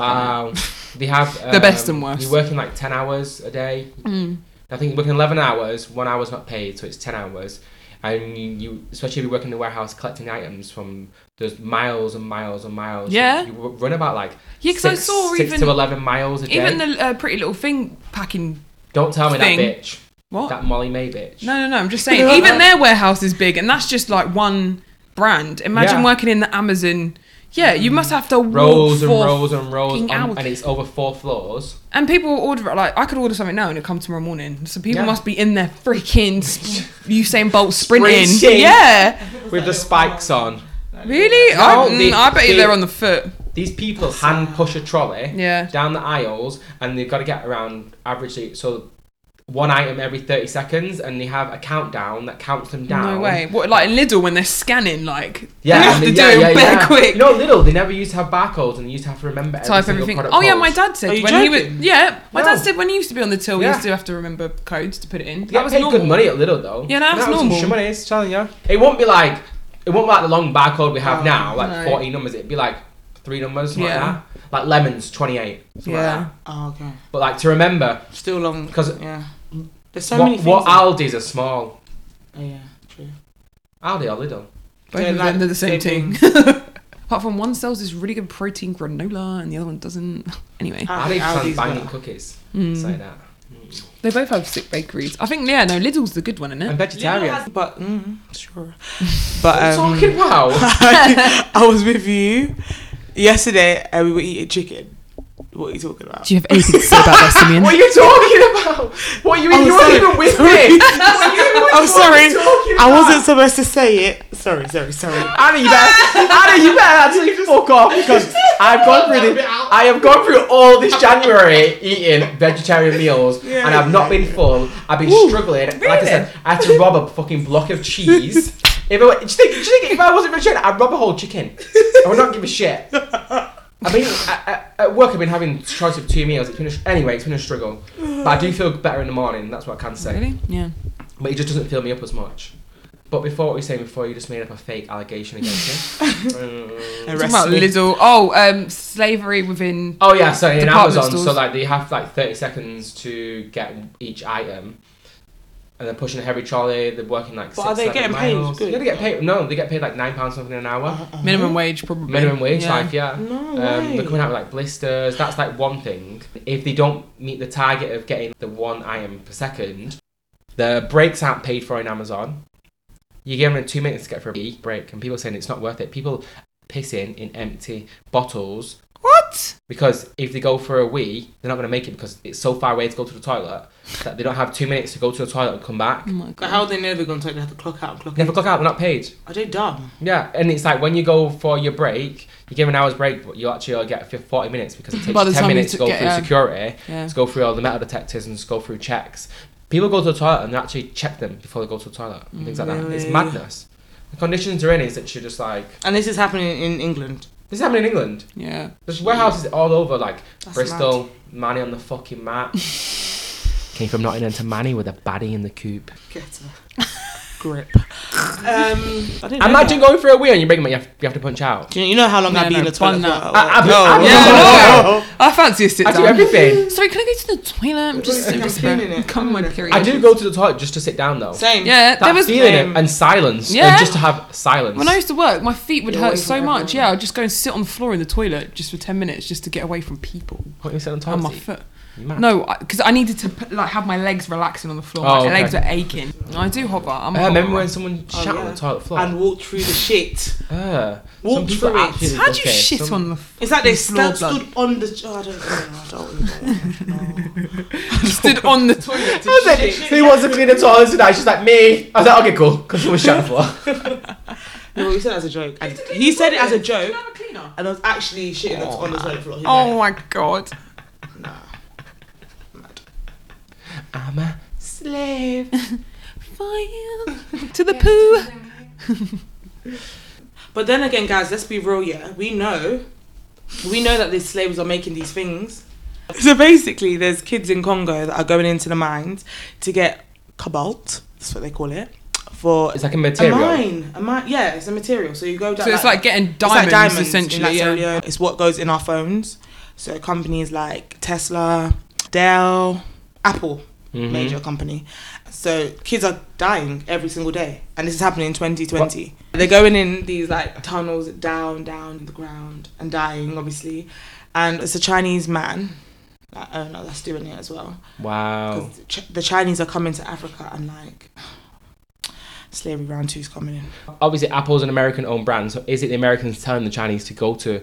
S1: Wow,
S2: planet.
S1: they have um,
S2: The best and worst.
S1: You're working like ten hours a day.
S2: Mm.
S1: I think you're working eleven hours. One hour's not paid, so it's ten hours. And you, you especially if you work in the warehouse collecting items from there's miles and miles and miles.
S2: Yeah.
S1: you r- run about like
S2: Yeah, because I
S1: six-
S2: saw
S1: six
S2: even
S1: to eleven miles a day.
S2: even the uh, Pretty Little Thing packing.
S1: Don't tell me
S2: thing.
S1: that bitch,
S2: What?
S1: that Molly May bitch.
S2: No, no, no. I'm just saying. even their warehouse is big, and that's just like one brand. Imagine
S1: Yeah. Mm.
S2: working in the Amazon. Yeah, you must have to walk
S1: Rolls and
S2: for-
S1: rolls and rolls,
S2: fucking
S1: on,
S2: hours.
S1: and it's over four floors.
S2: And people order it, like I could order something now and it comes tomorrow morning. So people
S1: Yeah.
S2: must be in their freaking sp- Usain Bolt sprinting.
S1: Sprinting.
S2: Yeah,
S1: with the spikes on.
S2: really?
S1: No,
S2: I, mm,
S1: they-
S2: I bet you
S1: they-
S2: they're on the foot.
S1: These people hand push a trolley
S2: Yeah.
S1: down the aisles, and they've got to get around averagely so one item every thirty seconds, and they have a countdown that counts them down.
S2: No way. What like in Lidl when they're scanning like
S1: Yeah,
S2: they have
S1: and
S2: to
S1: then-
S2: do
S1: yeah,
S2: it
S1: yeah,
S2: bare
S1: yeah.
S2: quick.
S1: You know, little they never used to have barcodes, and they used to have to remember every
S2: type
S1: single
S2: everything.
S1: product
S2: Oh yeah,
S1: code.
S2: my dad said
S3: Are you
S2: when he was
S3: joking?
S2: yeah, my
S1: No.
S2: dad said when he used to be on the till,
S1: Yeah.
S2: he used to have to remember codes to put it in.
S1: You get
S2: That was
S1: paid
S2: normal.
S1: good money at Lidl though.
S2: Yeah, no, that's
S1: some
S2: normal.
S1: shit money, it's telling you. It won't be like it won't be like the long barcode we have
S3: Oh,
S1: now, like
S2: no.
S1: forty numbers. It'd be like three numbers, something
S2: Yeah.
S1: like that. Like lemons, twenty eight, something
S2: Yeah.
S1: like that.
S3: Oh, okay.
S1: But like to remember,
S3: Still long.
S1: 'Cause-
S3: yeah. There's so
S1: what,
S3: many things.
S1: what
S3: that-
S1: Aldi's are small.
S3: oh, yeah. True.
S1: Aldi or Lidl.
S2: Both
S3: Yeah,
S2: of
S3: like,
S2: them, they're the same
S3: same
S2: thing. Apart from one sells this really good protein granola and the other one doesn't. Anyway,
S3: I
S1: Aldi
S3: think
S1: sounds
S3: Aldi's
S1: banging
S3: better.
S1: cookies.
S2: Ah, Mm.
S1: Say that. Mm.
S2: they both have sick bakeries. I think yeah, no, Lidl's the good one, isn't
S1: And
S2: it?
S1: vegetarian.
S3: Little has- But, mm, sure. But, um,
S1: talking about?
S3: I was with you yesterday and we were eating chicken. What are you talking about?
S2: Do you have anything to say about that, Simeon?
S1: what are you talking about? What are you?
S3: Oh,
S1: you weren't
S3: sorry.
S1: even with
S3: Sorry.
S1: me. I'm
S3: I'm sorry. I wasn't supposed to say it. Sorry, sorry, sorry.
S1: Anna, you better, Anna, you better actually fuck off because I've gone through this. I have gone through all this January eating vegetarian meals,
S3: Yeah.
S1: and I've not been full. I've been struggling. Like I said, I had to rob a fucking block of cheese. If I, were- do, you think, do you think if I wasn't vegetarian, I'd rob a whole chicken? I would not give a shit. I mean, at, at work, I've been having the choice of two meals. It's been a, str- anyway, it's been a struggle, but I do feel better in the morning. That's what I can say.
S2: Really? Yeah.
S1: But it just doesn't fill me up as much. But before what you were saying before, you just made up a fake allegation against it. Mm.
S3: Arrest
S2: Talking about
S3: me.
S2: Lidl. Oh, um, slavery within.
S1: oh yeah, so in
S2: Department
S1: Amazon, so
S2: stores.
S1: like they have like thirty seconds to get each item, and they're pushing a heavy trolley. They're working like.
S3: But
S1: six,
S3: are they
S1: seven
S3: getting paid?
S1: miles.
S3: Good.
S1: Yeah, they get paid. No, they get paid like nine pounds something an hour.
S3: Uh-uh.
S2: Minimum wage, probably.
S1: Minimum wage,
S2: Yeah.
S1: like yeah.
S3: No
S1: Um,
S3: way.
S1: they're coming out with like blisters. That's like one thing. If they don't meet the target of getting the one item per second, the breaks aren't paid for in Amazon. You give them two minutes to get for a wee break, and people saying it's not worth it. People pissing in empty bottles
S2: What?
S1: because if they go for a wee, they're not going to make it because it's so far away to go to the toilet that they don't have two minutes to go to the toilet and come back.
S2: Oh my god.
S3: But how they know they're going to take? They have to clock out and clock
S1: They
S3: in.
S1: have a clock out, they're not paid.
S3: Are they dumb?
S1: Yeah, and it's like when you go for your break, you give an hour's break, but you actually only get 40 minutes because it takes
S2: By
S1: you
S2: the
S1: 10
S2: time you
S1: minutes to
S2: to
S1: go
S2: get,
S1: through
S2: yeah.
S1: security,
S2: Yeah.
S1: to go through all the metal detectors and to go through checks. People go to the toilet and they actually check them before they go to the toilet and things like that. It's
S3: Really?
S1: madness. The conditions they're in is that you're just like,
S3: And this is happening in England.
S1: this is happening in England.
S2: Yeah.
S1: There's warehouses all over, like
S3: That's
S1: Bristol, Manny on the fucking map. Came from Nottingham to Manny with a baddie in the coop.
S3: Get a grip. um, I didn't know
S1: Imagine
S3: that.
S1: going for a wee and you break them, you have, you have to punch out.
S3: Do you, you know how long
S2: No,
S3: I've been
S2: no,
S3: in the toilet
S2: bun
S3: for?
S2: that.
S1: I- I- I-
S2: yeah,
S1: no.
S2: I fancy a sit
S1: I
S2: down.
S1: do everything.
S2: Sorry, can I go to the toilet? I'm just
S3: I'm
S2: just
S3: feeling it.
S2: Come my
S3: I'm feeling
S2: period.
S1: I do go to the toilet just to sit down though.
S3: Same.
S2: Yeah,
S1: That
S2: there was
S1: feeling it
S3: um,
S1: and silence.
S2: Yeah.
S1: And just to have silence.
S2: when I used to work, my feet would
S3: You're away
S2: hurt so
S3: from
S2: much.
S3: everyone.
S2: Yeah, I'd just go and sit on the floor in the toilet just for ten minutes just to get away from people
S1: What, you sit on
S2: and
S1: toilet
S2: my
S1: seat?
S2: foot.
S1: You mad.
S2: No, because I, needed to put, like have my legs relaxing on the floor.
S1: Oh,
S2: my
S1: okay.
S2: legs were aching. I do hover. I'm. a
S1: I Uh, remember
S2: hoverer.
S1: when someone
S3: Oh,
S1: shat on
S3: yeah.
S1: the toilet floor.
S3: and walk through the shit.
S1: yeah.
S3: Walk
S1: Some people
S3: through
S1: are
S3: it.
S1: actually-
S2: How do you
S1: okay,
S2: shit
S1: some-
S2: on the? F-
S3: It's like they
S2: Floor
S3: stand,
S2: blood.
S3: stood on the. Oh, I don't. Oh, I don't even know.
S2: stood on the toilet.
S1: I was like, who wants to clean the toilet tonight? She's like, me. I was like, okay, cool. Because someone shat on the floor.
S3: No, no, he said it as a joke. And he said it as a joke,
S2: have a cleaner?
S3: and I was actually shitting on the toilet floor. He
S2: Oh
S3: went,
S2: my god.
S3: Nah.
S1: I'm a slave.
S2: Fire to the poo.
S3: But then again, guys, let's be real. Yeah, we know, we know that these slaves are making these things. So basically, there's kids in Congo that are going into the mines to get cobalt. That's what they call it. For
S1: It's like a
S3: a
S1: material.
S3: mine, a mine. Yeah, it's a material. So you go down.
S2: So it's like getting
S3: It's
S2: diamonds,
S3: like diamonds in
S2: essentially.
S3: like Sierra
S2: yeah.
S3: Leone. It's what goes in our phones. So companies like Tesla, Dell, Apple,
S2: Mm-hmm.
S1: Mhm.
S3: major company. So kids are dying every single day, and this is happening in 2020. They're going in these like tunnels down, down in the ground, and dying obviously. And it's a Chinese man. Like, oh no, that's doing it as well.
S2: Oh.
S1: Wow.
S3: 'Cause Ch- the Chinese are coming to Africa and like slavery round two's coming in.
S1: Obviously, Apple's an American owned brand, so is it the Americans telling the Chinese to go to
S3: Yes,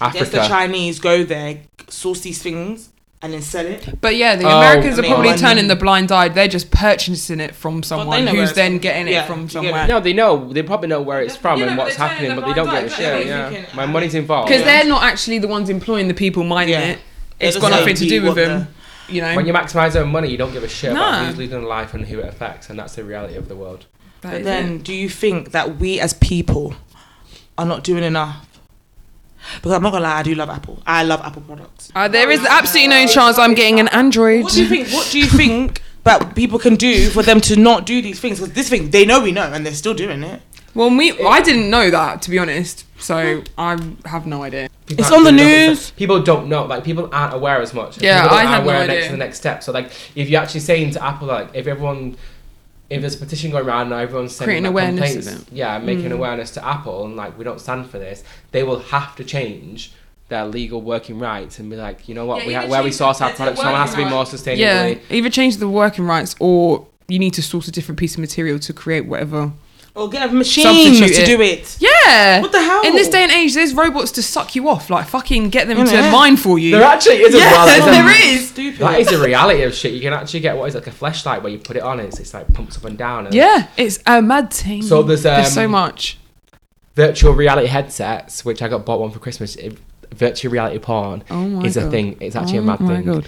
S3: the
S1: Africa?
S3: Chinese go there, source these things, and then sell it.
S2: But yeah, the
S1: Oh,
S2: Americans
S3: I
S2: are
S3: mean,
S2: probably
S3: one-
S2: turning the blind eye. They're just purchasing it from someone
S3: know where
S2: who's
S3: it's
S2: then
S3: from.
S2: getting it
S3: Yeah,
S2: from
S3: you get
S2: somewhere.
S3: it.
S1: No, they know. They probably know where it's from
S2: Yeah,
S1: and
S2: no, but
S1: what's
S2: they're
S1: happening,
S2: turning
S1: but
S2: the
S1: they don't
S2: blind
S1: get a
S2: eye,
S1: share.
S2: don't they?
S1: Yeah,
S3: Thinking,
S1: my
S3: ah.
S1: money's involved.
S2: Because
S3: Yeah.
S2: they're not actually the ones employing the people mining
S3: Yeah.
S2: it. It's
S3: It
S2: got
S3: doesn't
S2: nothing to
S3: be
S2: do with
S3: what
S2: them. You know,
S1: When you maximise their own money, you don't give a shit about
S2: Nah.
S1: who's leading life and who it affects, and that's the reality of the world.
S2: That
S3: But
S2: is
S3: then,
S2: it.
S3: do you think that we as people are not doing enough? Because I'm not gonna lie, I do love Apple. I love Apple products.
S2: Uh, there is absolutely no chance I'm getting an Android.
S3: What do you think? What do you think that people can do for them to not do these things? Because this thing, they know we know, and they're still doing it.
S2: Well, me, I didn't know that to be honest, so I have no idea.
S1: People
S3: It's
S1: aren't
S3: on the
S1: doing nothing.
S3: news.
S1: People don't know. Like people aren't aware as much.
S2: Yeah,
S1: people
S2: I
S1: aren't
S2: had no
S1: aware next
S2: idea.
S1: to the next step. So like, if you're actually saying to Apple, like, if everyone, if there's a petition going around and everyone's sending
S2: Creating
S1: like,
S2: awareness, Mm.
S1: complaints,
S2: isn't
S1: yeah, making awareness to Apple and like we don't stand for this, they will have to change their legal working rights and be like, you know what,
S2: Yeah,
S1: we
S2: you
S1: ha-
S2: can
S1: where we
S2: change
S1: source
S2: the-
S1: our
S2: the
S1: products from has to be
S2: working
S1: more
S2: Yeah,
S1: sustainably.
S2: either change the working rights or you need to source a different piece of material to create whatever.
S3: Or get a machine
S2: Substitute
S3: to
S2: it.
S3: do it.
S2: Yeah.
S3: What the hell? Oh,
S2: In this day and age, there's robots to suck you off. Like fucking get them to
S3: Innit?
S2: mine for you.
S1: There actually is a
S2: Yeah,
S1: reality.
S2: there
S1: that-
S2: is.
S3: Stupid.
S1: That is the reality of shit. You can actually get what is like a flashlight where you put it on and it's, it's like pumps up and down. And
S2: yeah, it's a mad team.
S1: So there's, um,
S2: so much.
S1: virtual reality headsets, which I got bought one for Christmas. It, virtual reality porn
S2: Oh my
S1: is a
S2: God.
S1: thing. It's actually
S2: Oh
S1: a mad
S2: my
S1: thing.
S2: God.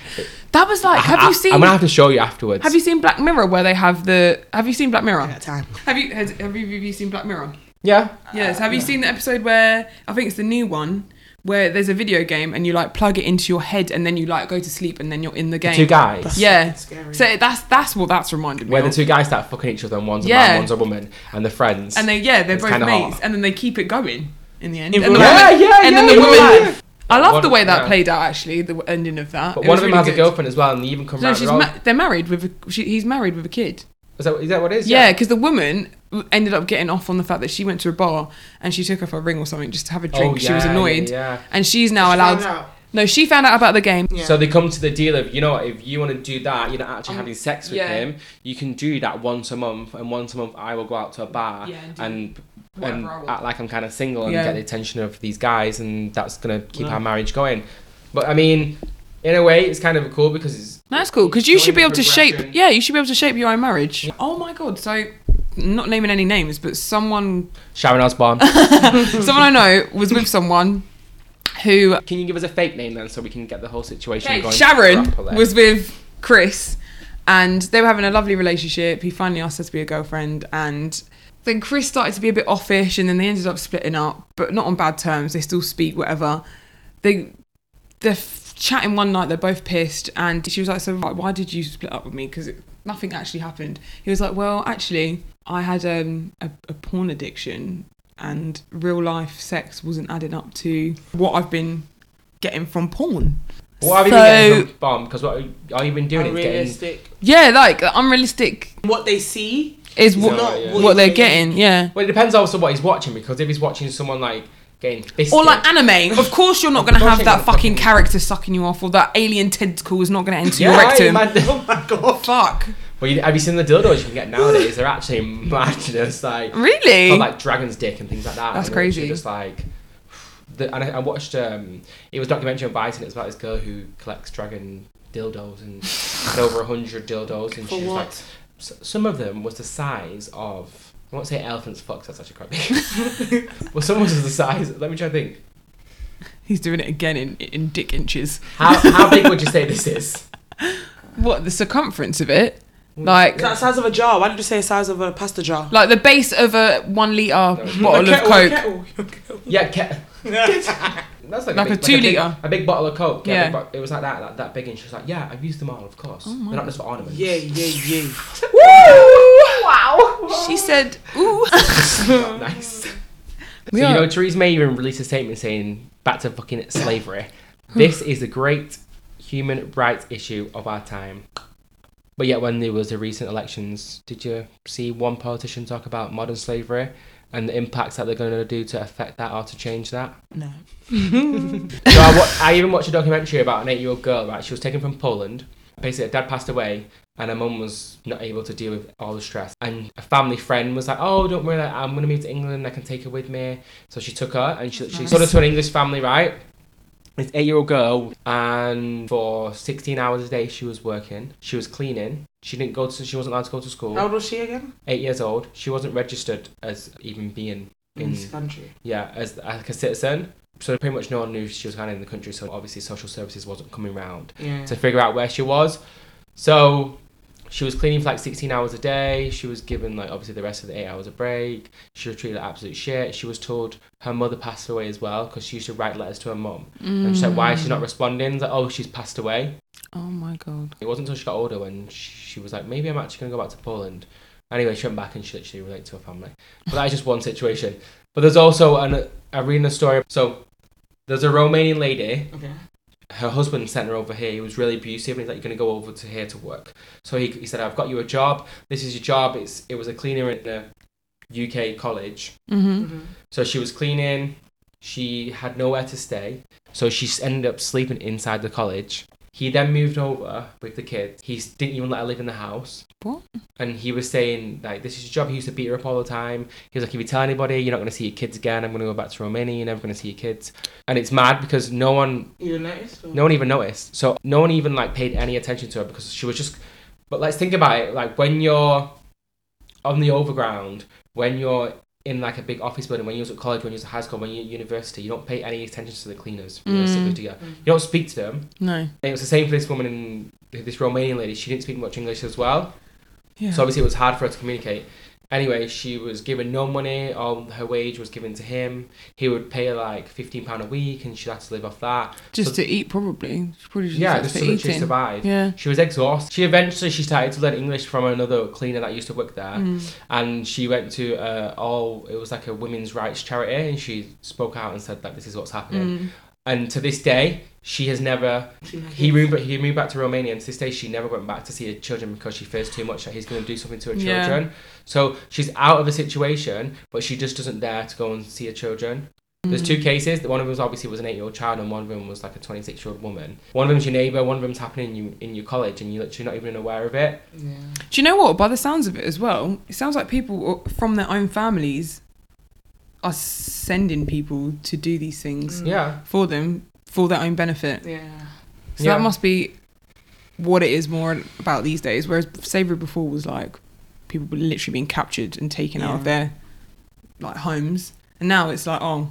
S2: That was like,
S1: I-
S2: have
S1: I,
S2: you seen?
S1: I'm gonna have to show you afterwards.
S2: have you seen Black Mirror where they have the? Have you seen Black Mirror?
S3: That time.
S2: Have you has, have you have you seen Black Mirror?
S1: Yeah.
S2: Yes. Have you seen the episode where I think it's the new one where there's a video game and you like plug it into your head and then you like go to sleep and then you're in the
S1: The
S2: game.
S1: two guys.
S3: That's
S2: Yeah.
S3: fucking Scary.
S2: So that's that's what that's reminded me.
S1: Where the
S2: of.
S1: two guys start fucking each other, and one's a
S2: Yeah.
S1: man, one's a woman, and they're friends.
S2: and they yeah they're
S1: It's
S2: both
S1: kinda
S2: mates
S1: hot.
S2: and then they keep it going in the end.
S3: In
S2: and the
S3: real
S1: yeah,
S2: woman-
S1: yeah, yeah,
S2: and then the
S1: yeah,
S2: woman.
S1: yeah.
S2: I love
S1: One-
S2: the way that
S1: yeah.
S2: played out actually. The ending of that.
S1: But
S2: It
S1: one
S2: was
S1: of them
S2: really
S1: has a
S2: good.
S1: girlfriend as well, and they even come
S2: No,
S1: round.
S2: she's
S1: and round.
S2: ma- they're married with a, she, he's married with a kid.
S1: is, that, is that what it is?
S2: Yeah, because the woman w- ended up getting off on the fact that she went to a bar and she took off her ring or something just to have a
S1: Oh,
S2: drink. she was
S1: yeah, yeah,
S2: annoyed,
S1: yeah.
S2: and she's now
S3: She
S2: allowed.
S3: found out.
S2: No, she found out about the game.
S3: Yeah.
S1: So they come to the deal of, you know what, if you want to do that, you're not actually
S2: Um,
S1: having sex with
S2: yeah.
S1: him, you can do that once a month, and once a month I will go out to a bar
S2: Yeah, and do
S1: and
S2: whatever
S1: and
S2: I want.
S1: act like I'm kind of single and
S2: Yeah.
S1: get the attention of these guys, and that's going to keep
S3: Yeah.
S1: our marriage going. But I mean, in a way, it's kind of cool because it's.
S2: That's cool because you
S1: showing
S2: should be able to shape.
S1: progression.
S2: Yeah, you should be able to shape your own marriage. Oh my god! So, not naming any names, but someone,
S1: Sharon Osbourne.
S2: someone I know was with someone who
S1: can you give us a fake name then so we can get the whole situation
S2: Okay,
S1: going?
S2: Sharon
S1: properly?
S2: was with Chris, and they were having a lovely relationship. He finally asked her to be a girlfriend, and then Chris started to be a bit offish, and then they ended up splitting up, but not on bad terms. They still speak, whatever. They they're f- chatting one night. They're both pissed, and she was like, "So like, why did you split up with me? Because nothing actually happened." He was like, "Well, actually, I had um, a, a porn addiction." And real life sex wasn't adding up to what I've been getting from porn.
S1: What have you been getting from bomb? Because what are you been doing? It's getting
S3: Unrealistic.
S2: Yeah, like the unrealistic
S3: What they see
S2: is
S3: is
S2: what,
S3: not
S1: yeah.
S3: what,
S2: what they're
S3: you-
S2: getting. Yeah.
S1: well, it depends also what he's watching because if he's watching someone like getting fisted,
S2: Or like anime, of course you're not going to
S1: course
S2: have
S1: you're gonna
S2: that
S1: fucking-
S2: fucking character sucking you off, or that alien tentacle is not going to enter
S1: yeah,
S2: your
S1: I
S2: rectum.
S1: imagine-
S3: Oh my god.
S2: Fuck,
S1: Well, you, have you seen the dildos you can get nowadays? They're actually madness, like
S2: really?
S1: or, like dragon's dick and things like that.
S2: That's
S1: and they're literally
S2: crazy.
S1: Just like, the, and I, I watched um, it was a documentary on Bison. It was about this girl who collects dragon dildos and had over hundred dildos, and
S3: For
S1: she was like,
S3: what?
S1: s- some of them was the size of. I won't say elephants, fucks. That's actually quite big. well, some was the size. Let me try to think.
S2: He's doing it again in in dick inches.
S1: How how big would you say this is?
S2: What the circumference of it?
S1: Mm.
S2: Like
S3: Is that the size of a jar? Why did you say the size of a pasta jar?
S2: like the base of a one liter
S3: A
S2: bottle of
S3: kettle, a
S2: coke.
S3: kettle, a kettle.
S1: Yeah, ca- that's like,
S2: Like a
S1: big-
S2: two
S1: big-
S2: litre.
S1: a big bottle of coke. Yeah,
S2: Yeah. Oh
S1: big bo- it was like that, that, that big, and she was like, "Yeah, I've used them all, of course.
S2: my
S1: They're not just for ornaments."
S3: Yeah, yeah, yeah.
S2: Woo!
S1: Wow.
S2: She said, "Ooh."
S1: nice.
S2: We
S1: so
S2: are-
S1: you know, Theresa May even released a statement saying, "Back to fucking slavery. this is the great human rights issue of our time." But yet, when there was the recent elections, did you see one politician talk about modern slavery and the impacts that they're going to do to affect that or to change that?
S3: No.
S1: so I, wa- I even watched a documentary about an eight-year-old girl. Right, she was taken from Poland. Basically, her dad passed away, and her mum was not able to deal with all the stress. And a family friend was like, "Oh, don't worry, like, I'm gonna move to England. I can take her with me." So she took her, and she she
S2: Nice.
S1: sold her to an English family. Right, this eight-year-old girl, and for 16 hours a day, she was working. She was cleaning. She didn't go to. She wasn't allowed to go to school.
S3: How old was she again?
S1: Eight years old. She wasn't registered as even being
S3: In
S1: in
S3: this country.
S1: yeah, as like a citizen. So pretty much no one knew she was kind of in the country. So obviously social services wasn't coming round
S3: Yeah.
S1: to figure out where she was. So she was cleaning for like 16 hours a day. She was given like obviously the rest of the eight hours a break. She was treated like absolute shit. She was told her mother passed away as well because she used to write letters to her mum. And she said why she's not responding. It's like oh she's passed away.
S2: Mm. Oh my god.
S1: It wasn't until she got older when she was like, maybe I'm actually going to go back to Poland. Anyway, she went back and she literally related to her family. But that is just one situation. But there's also an arena story. So there's a Romanian lady.
S3: Okay.
S1: Her husband sent her over here. He was really abusive, and he's like, "You're going to go over to here to work." So he, he said, "I've got you a job. This is your job. It's it was a cleaner in a UK college.
S2: Mm-hmm.
S3: Mhm.
S1: So she was cleaning. She had nowhere to stay. So she s- ended up sleeping inside the college. He then moved over with the kids. He s- didn't even let her live in the house.
S2: What?
S1: And he was saying, like, this is your job. He used to beat her up all the time. He was like, if you tell anybody, you're not going to see your kids again. I'm going to go back to Romania. You're never going to see your kids. And it's mad because no one,
S3: You noticed? or-
S1: no one even noticed. So no one even, like, paid any attention to her because she was just. But let's think about it. Like, when you're on the overground, when you're in like a big office building, when you're at college, when you're at high school, when you're at university, you don't pay any attention to the cleaners. Realistically,
S2: Mm.
S1: do you? You don't speak to them.
S2: No.
S1: And it was the same for this woman in this Romanian lady. She didn't speak much English as well,
S2: Yeah.
S1: so obviously it was hard for her to communicate. Anyway, she was given no money. All her wage was given to him. He would pay her like fifteen pound a week, and she'd have to live off that.
S2: just
S1: so-
S2: to eat, probably. She probably just
S1: yeah,
S2: likes
S1: just
S2: for
S1: to literally
S2: eating.
S1: survive.
S2: Yeah.
S1: She was exhausted. She eventually she started to learn English from another cleaner that used to work there
S2: Mm.
S1: and she went to uh, all it was like a women's rights charity and she spoke out and said like this is what's happening
S2: Mm.
S1: and to this day she has never he moved he moved back to Romania and to this day she never went back to see her children because she fears too much that he's going to do something to her
S2: Yeah.
S1: children so she's out of a situation but she just doesn't dare to go and see her children there's
S2: mm.
S1: two cases. One of them obviously was an eight-year-old child, and one of them was like a twenty-six-year-old woman. One of them's your neighbour. One of them's happening in, you, in your college, and you're literally not even aware of it.
S3: Yeah.
S2: Do you know what? By the sounds of it as well, it sounds like people from their own families are sending people to do these things
S3: Mm.
S1: Yeah,
S2: for them for their own benefit.
S3: Yeah.
S2: So
S1: Yeah.
S2: that must be what it is more about these days. Whereas Savory before was like people were literally being captured and taken out
S3: Yeah.
S2: of their like homes, and now it's like oh,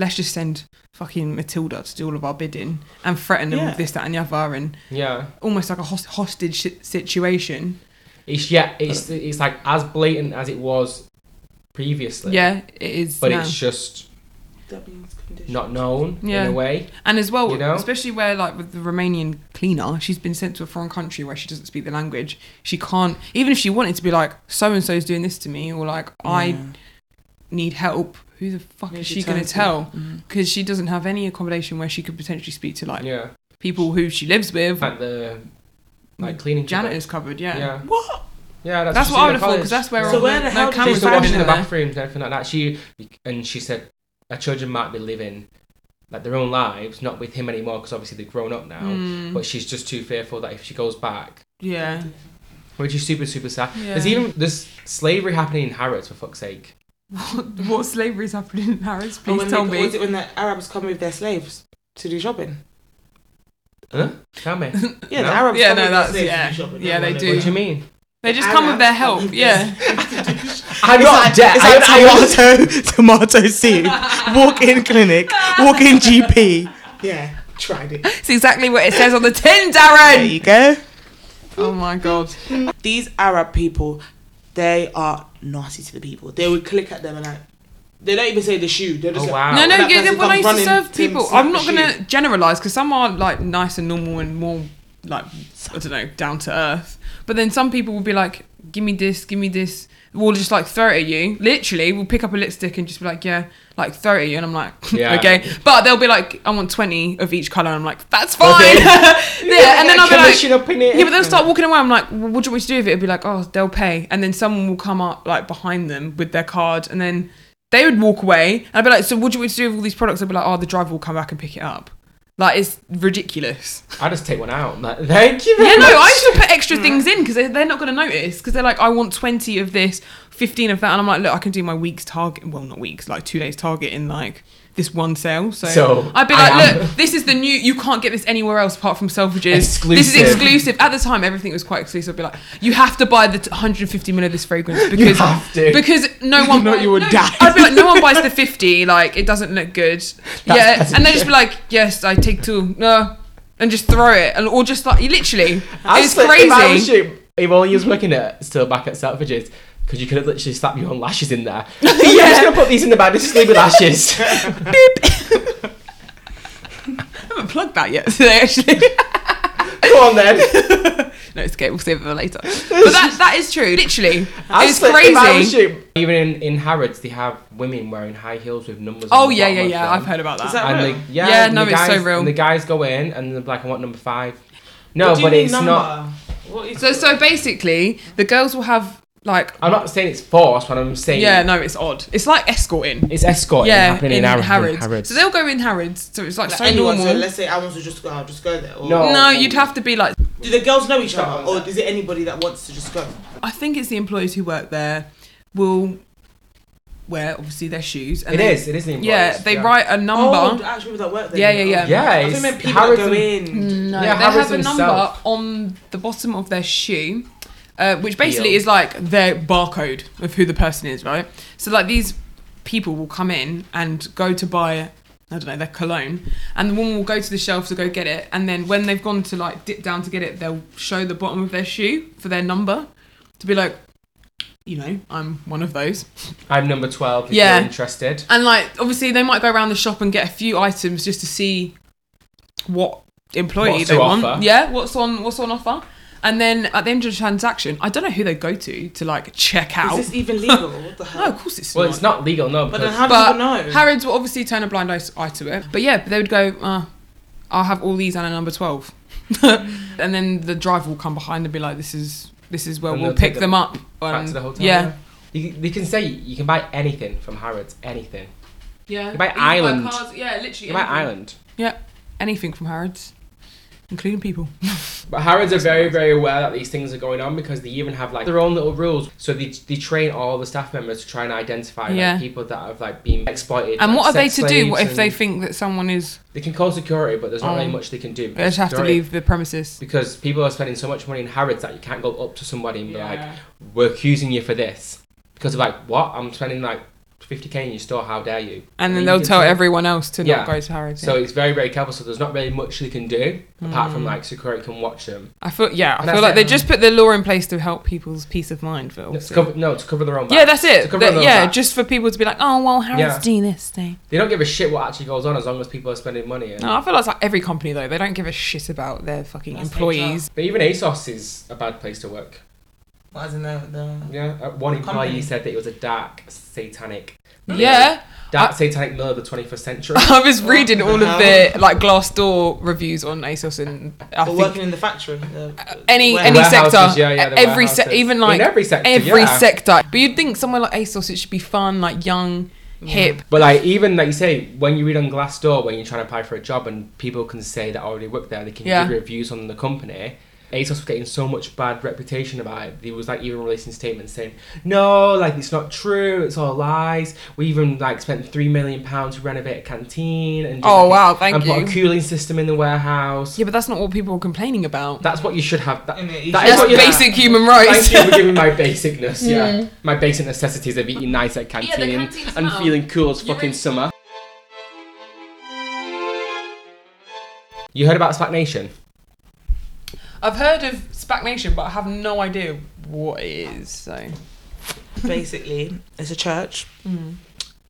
S2: let's just send fucking Matilda to do all of our bidding and threaten them
S3: Yeah.
S2: with this, that, and the other, and
S1: yeah.
S2: almost like a host- hostage si- situation.
S1: It's yeah, it's it's like as blatant as it was previously.
S2: Yeah, it is.
S1: But
S2: now.
S1: it's just
S3: Dublin's condition.
S1: not known
S2: Yeah.
S1: in a way.
S2: And as well,
S1: You know?
S2: especially where like with the Romanian cleaner, she's been sent to a foreign country where she doesn't speak the language. She can't, even if she wanted to be like, so and so's doing this to me, or like, I need help, who the fuck
S3: Who
S2: is
S3: do
S2: she
S3: you
S2: going
S3: turn
S2: to
S3: to?
S2: tell? Because she doesn't have any accommodation where she could potentially speak to like
S1: Yeah.
S2: people who she lives with.
S1: At the like cleaning
S2: Janitors covered, yeah.
S1: Yeah.
S3: What?
S1: Yeah, that's,
S2: That's
S1: what she
S2: what I
S1: did at
S2: would have thought
S1: college.
S2: because that's where
S1: Yeah.
S3: So
S2: all
S3: where
S2: the,
S3: the
S2: no
S3: hell did
S1: she
S3: they
S2: cameras
S1: used to
S3: find
S2: were
S1: wash
S3: him
S1: in
S2: in
S1: the
S2: there.
S1: bathrooms and everything like that. She and she said our children might be living like their own lives, not with him anymore because obviously they've grown up now.
S2: Mm,
S1: But she's just too fearful that if she goes back,
S2: yeah.
S1: which is super super sad.
S2: yeah.
S1: There's even there's slavery happening in Harrods for fuck's sake.
S2: what, what slavery is happening in Harrods?
S3: And
S2: Please
S3: Oh, when
S2: tell
S3: they-
S2: me.
S3: Was it when the Arabs come with their slaves to do shopping?
S1: Huh? Tell me.
S3: Yeah,
S1: No.
S3: the Arabs.
S2: Yeah,
S3: come
S2: no,
S3: with
S2: that's-
S3: their slaves
S2: yeah.
S3: To do shopping.
S2: Yeah, they
S3: when
S1: What
S2: do.
S1: do you mean?
S2: They just come with their
S3: Arabs
S2: help.
S3: come
S2: Yeah.
S1: I'm not dead.
S3: It's like tomato, tomato soup. Walk in clinic, walk in GP. Yeah, tried it.
S2: It's exactly what it says on the tin,
S3: There
S2: Darren.
S3: you go.
S2: Oh my god.
S3: These Arab people, they are nasty to the people. They would click at them and like, they don't even say the shoe. They're just
S1: Oh,
S3: like,
S1: wow.
S2: No, no,
S3: That
S2: yeah,
S3: person
S2: when I
S3: comes
S2: used to
S3: running
S2: serve
S3: to him,
S2: people,
S3: slap
S2: I'm not
S3: the
S2: gonna generalize because some are like nice and normal and more like I don't know, down to earth. But then some people will be like, "Give me this, give me this." We'll just like throw it at you. Literally, we'll pick up a lipstick and just be like, "Yeah," like throw it at you, and I'm like,
S1: Yeah.
S2: "Okay." But they'll be like, "I want twenty of each color," and I'm like, "That's fine." yeah, and then I'll be like,
S1: Commission up in it.
S2: yeah, but they'll start walking away. I'm like, well, what do you want me to do with it? It'd be like, oh, they'll pay. And then someone will come up like behind them with their card and then they would walk away. And I'd be like, so what do you want me to do with all these products? I'd be like, oh, the driver will come back and pick it up. Like, it's ridiculous.
S1: I just take one out. Like, thank you.
S2: yeah,
S1: Very
S2: no,
S1: much.
S2: I used to put
S1: Mm.
S2: extra things in because they're, they're not going to notice because they're like, I want 20 of this, 15 of that. And I'm like, look, I can do my week's target. Well, not weeks, like two days target in like this one sale. So,
S1: So,
S2: I'd be
S1: I
S2: like,
S1: am-
S2: look, this is the new, you can't get this anywhere else apart from Selfridges. This
S1: Exclusive.
S2: is exclusive. At the time, everything was quite exclusive. I'd be like, you have to buy the 150 ml of this fragrance
S1: You
S2: because
S1: have to.
S2: because no one
S3: know you would
S2: no,
S3: die.
S2: I'd be like, no one buys the fifty. Like it doesn't look good. yeah,
S1: that's
S2: and they just be like, yes, I take two. No. And just throw it, and or just like you literally,
S1: I
S2: it's
S1: swear, If, I was
S2: crazy.
S1: you, if all you was working at still back at Selfridges, because you could have literally slapped your own lashes in there. yeah. I'm just gonna put these in the bag. This is sleepy lashes.
S2: I haven't plugged that yet today, actually.
S1: Come on then.
S2: no, it's okay. We'll save it for later. But that that is true. Literally,
S1: I
S2: it's
S1: swear, if I was
S2: crazy.
S1: you- Even in, in Harrods, they have women wearing high heels with numbers. on
S2: Oh
S1: the
S2: yeah,
S1: bottom
S2: yeah,
S1: of
S2: yeah.
S1: them.
S2: I've heard about that.
S3: Is that-
S1: And
S3: real?
S1: the, yeah,
S2: Yeah,
S1: and
S2: no,
S1: the
S2: it's so
S1: guys,
S2: real.
S1: And the guys go in and they're like, I want number five.
S3: What
S1: No,
S3: do you
S1: but
S3: mean
S1: it's
S3: number?
S1: not.
S3: What is
S2: so so basically, the girls will have like
S1: I'm not saying it's forced, but I'm saying
S2: yeah. No, it's odd. It's like escorting.
S1: it's escorting
S2: yeah,
S1: happening in,
S2: in
S1: Harrods.
S2: Harrods.
S1: Harrods.
S2: So they'll go in Harrods. So it's like,
S3: like
S2: so
S3: anyone,
S2: normal.
S3: so let's say I want to just go, I'll just go there. Or
S1: No.
S2: no, you'd have to be like.
S3: Do the girls know each
S1: Stop
S3: other,
S1: on
S3: or
S1: that.
S3: is it anybody that wants to just go?
S2: I think it's the employees who work there will wear obviously their shoes.
S1: It
S2: they-
S1: is. It is the employees.
S2: Yeah, they write a
S3: Oh,
S2: number.
S3: the actual people that work there.
S2: Yeah,
S3: you
S2: yeah, yeah.
S3: know.
S1: Yeah,
S3: I
S1: it's
S3: think meant people that
S1: Harrods
S3: go
S1: and-
S3: in.
S2: no,
S1: Yeah,
S2: they
S1: Harrods
S2: have a number
S1: himself.
S2: on the bottom of their shoe, uh, which basically
S1: Heel.
S2: is like their barcode of who the person is, right? So like these people will come in and go to buy. I don't know, their cologne. And the woman will go to the shelf to go get it. And then when they've gone to like dip down to get it, they'll show the bottom of their shoe for their number to be like, you know, I'm one of those.
S1: I'm number twelve. If
S2: Yeah.
S1: you're interested.
S2: And like, obviously, they might go around the shop and get a few items just to see what employee
S1: What's
S2: they
S1: to
S2: want.
S1: offer.
S2: Yeah, what's on what's on offer. And then at the end of the transaction, I don't know who they go to to like check out.
S3: Is this even legal? What the
S2: Mm. no,
S3: hell?
S2: of course it's
S1: Well,
S2: not.
S1: it's not legal, no.
S3: But then
S1: because-
S3: how do
S2: But
S3: people know?
S2: Harrods will obviously turn a blind eye eye to it. But yeah, they would go, uh, I'll have all these and a number 12. and then the driver will come behind and be like, this is this is where
S1: And
S2: we'll
S1: they'll take
S2: pick them up.
S1: back
S2: Um,
S1: to the hotel.
S2: Yeah.
S1: You, you can say you can buy anything from Harrods, anything.
S2: Yeah.
S1: You buy island.
S2: cards- yeah, literally.
S1: You can buy
S2: anything.
S1: Island.
S2: Anything from Harrods, including people.
S1: But Harrods are very, very aware that these things are going on because they even have like their own little rules. So they, they train all the staff members to try and identify like,
S2: Yeah.
S1: people that have like been exploited.
S2: And
S1: like,
S2: what are they
S1: sex
S2: to do
S1: slaves
S2: if they
S1: and-
S2: think that someone is?
S1: They can call security, but there's not
S2: Oh.
S1: really much they can do.
S2: They just have to
S1: Security-
S2: leave the premises.
S1: because people are spending so much money in Harrods that you can't go up to somebody and be like, "We're accusing you for this," because of like, "What? I'm spending like 50k in your store. How dare you?"
S2: and then
S1: you
S2: they'll
S1: can
S2: tell
S1: say-
S2: everyone else to
S1: Yeah.
S2: not go to Harrods.
S1: So
S2: yeah. Mm.
S1: it's very, very careful. So there's not really much they can do apart from like security can watch them.
S2: I feel yeah, I
S1: And
S2: feel
S1: that's
S2: like
S1: it.
S2: they just put the law in place to help people's peace of mind. But
S1: No, to
S2: obviously-
S1: cover, no, to cover their own. Back.
S2: Oh, yeah, that's
S1: To
S2: it.
S1: cover
S2: That-
S1: their own
S2: yeah,
S1: back.
S2: just for people to be like, oh well, Harrods
S1: Yeah.
S2: do this thing.
S1: they don't give a shit what actually goes on as long as people are spending money. And,
S2: No, I feel like it's like every company though. They don't give a shit about their fucking
S3: That's
S2: employees.
S1: But even ASOS is a bad place to work.
S3: Well, as in the, the
S1: Yeah, uh, one employee
S3: Company.
S1: said that it was a dark, satanic,
S2: Yeah.
S1: dark satanic mill of the 21st century.
S2: I was reading all of
S3: Wow.
S2: the like Glassdoor reviews on ASOS and I
S3: or
S2: think
S3: working in the factory. The,
S2: any
S3: the
S2: any
S3: warehouse.
S1: Warehouses,
S2: sector,
S1: yeah, yeah, the
S2: every se-
S1: warehouses.
S2: even
S1: In
S2: like
S1: every sector,
S2: every
S1: yeah.
S2: sector. But you'd think somewhere like ASOS, it should be fun, like young, hip.
S1: But like even like you say, when you read on Glassdoor when you're trying to apply for a job and people can say that I already work there, they can
S2: Yeah.
S1: give reviews on the company. ASOS was getting so much bad reputation about it. They was like even releasing statements saying, "No, like it's not true. It's all lies. We even like spent three million pounds to renovate a canteen and do,
S2: Oh,
S1: like,
S2: wow, thank
S1: and put
S2: you.
S1: a cooling system in the warehouse.
S2: Yeah, but that's not what people were complaining about.
S1: That's what you should have. That,
S3: In the-
S1: that is
S2: That's
S1: what you
S2: basic human
S1: Thank
S2: rights.
S1: you for giving my Mm. basicness. Yeah, my basic necessities of eating nice at
S2: the
S1: canteen,
S2: canteen
S1: and
S2: smell.
S1: feeling cool as
S2: You're
S1: fucking
S2: in-
S1: summer. You heard about Slack Nation?
S2: I've heard of Spac Nation, but I have no idea what it is. So
S3: basically, it's a church
S2: Hmm.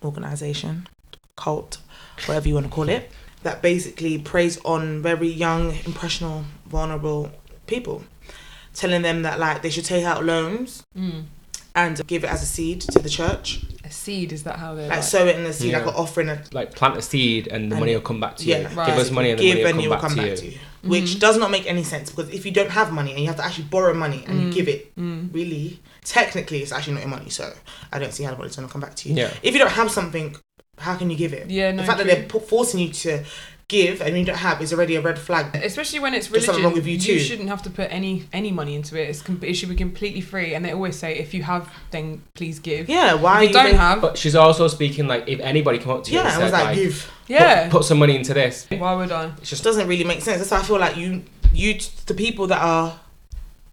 S3: organization, cult, whatever you want to call it, that basically preys on very young, impressionable, vulnerable people, telling them that like they should take out loans and give it as a seed to the church,
S2: Hmm. a seed is that how they?
S3: like sow it in the seed, like
S1: Yeah.
S3: an offering, a
S1: Like plant a seed and the
S3: And-
S1: money will come back to you.
S3: yeah,
S2: Right.
S1: Give us money and the
S3: give
S1: money
S3: and it
S1: will come, back, to you.
S2: Mm-hmm.
S3: which does not make any sense because if you don't have money and you have to actually borrow money and
S2: Mm.
S3: you give it, really, technically, it's actually not your money. So I don't see how it's going to come back to you.
S1: Yeah.
S3: If you don't have something, how can you give it?
S2: Yeah, no,
S3: the fact
S2: true.
S3: that they're po- forcing you to give and you don't have is already a red flag.
S2: Especially when it's religion,
S3: There's something wrong with you too.
S2: shouldn't have to put any any money into it. It's com- it should be completely free. And they always say, if you have, then please give.
S3: Yeah, why
S2: If you don't
S3: they-
S2: have,
S1: But she's also speaking like if anybody come up to you and
S3: Yeah, I
S1: said,
S3: was like,
S1: like,
S3: give.
S2: yeah.
S1: put, put some money into this,
S2: Why would I?
S1: it's
S3: It
S1: just
S3: doesn't really make sense. That's why I feel like you, you, the people that are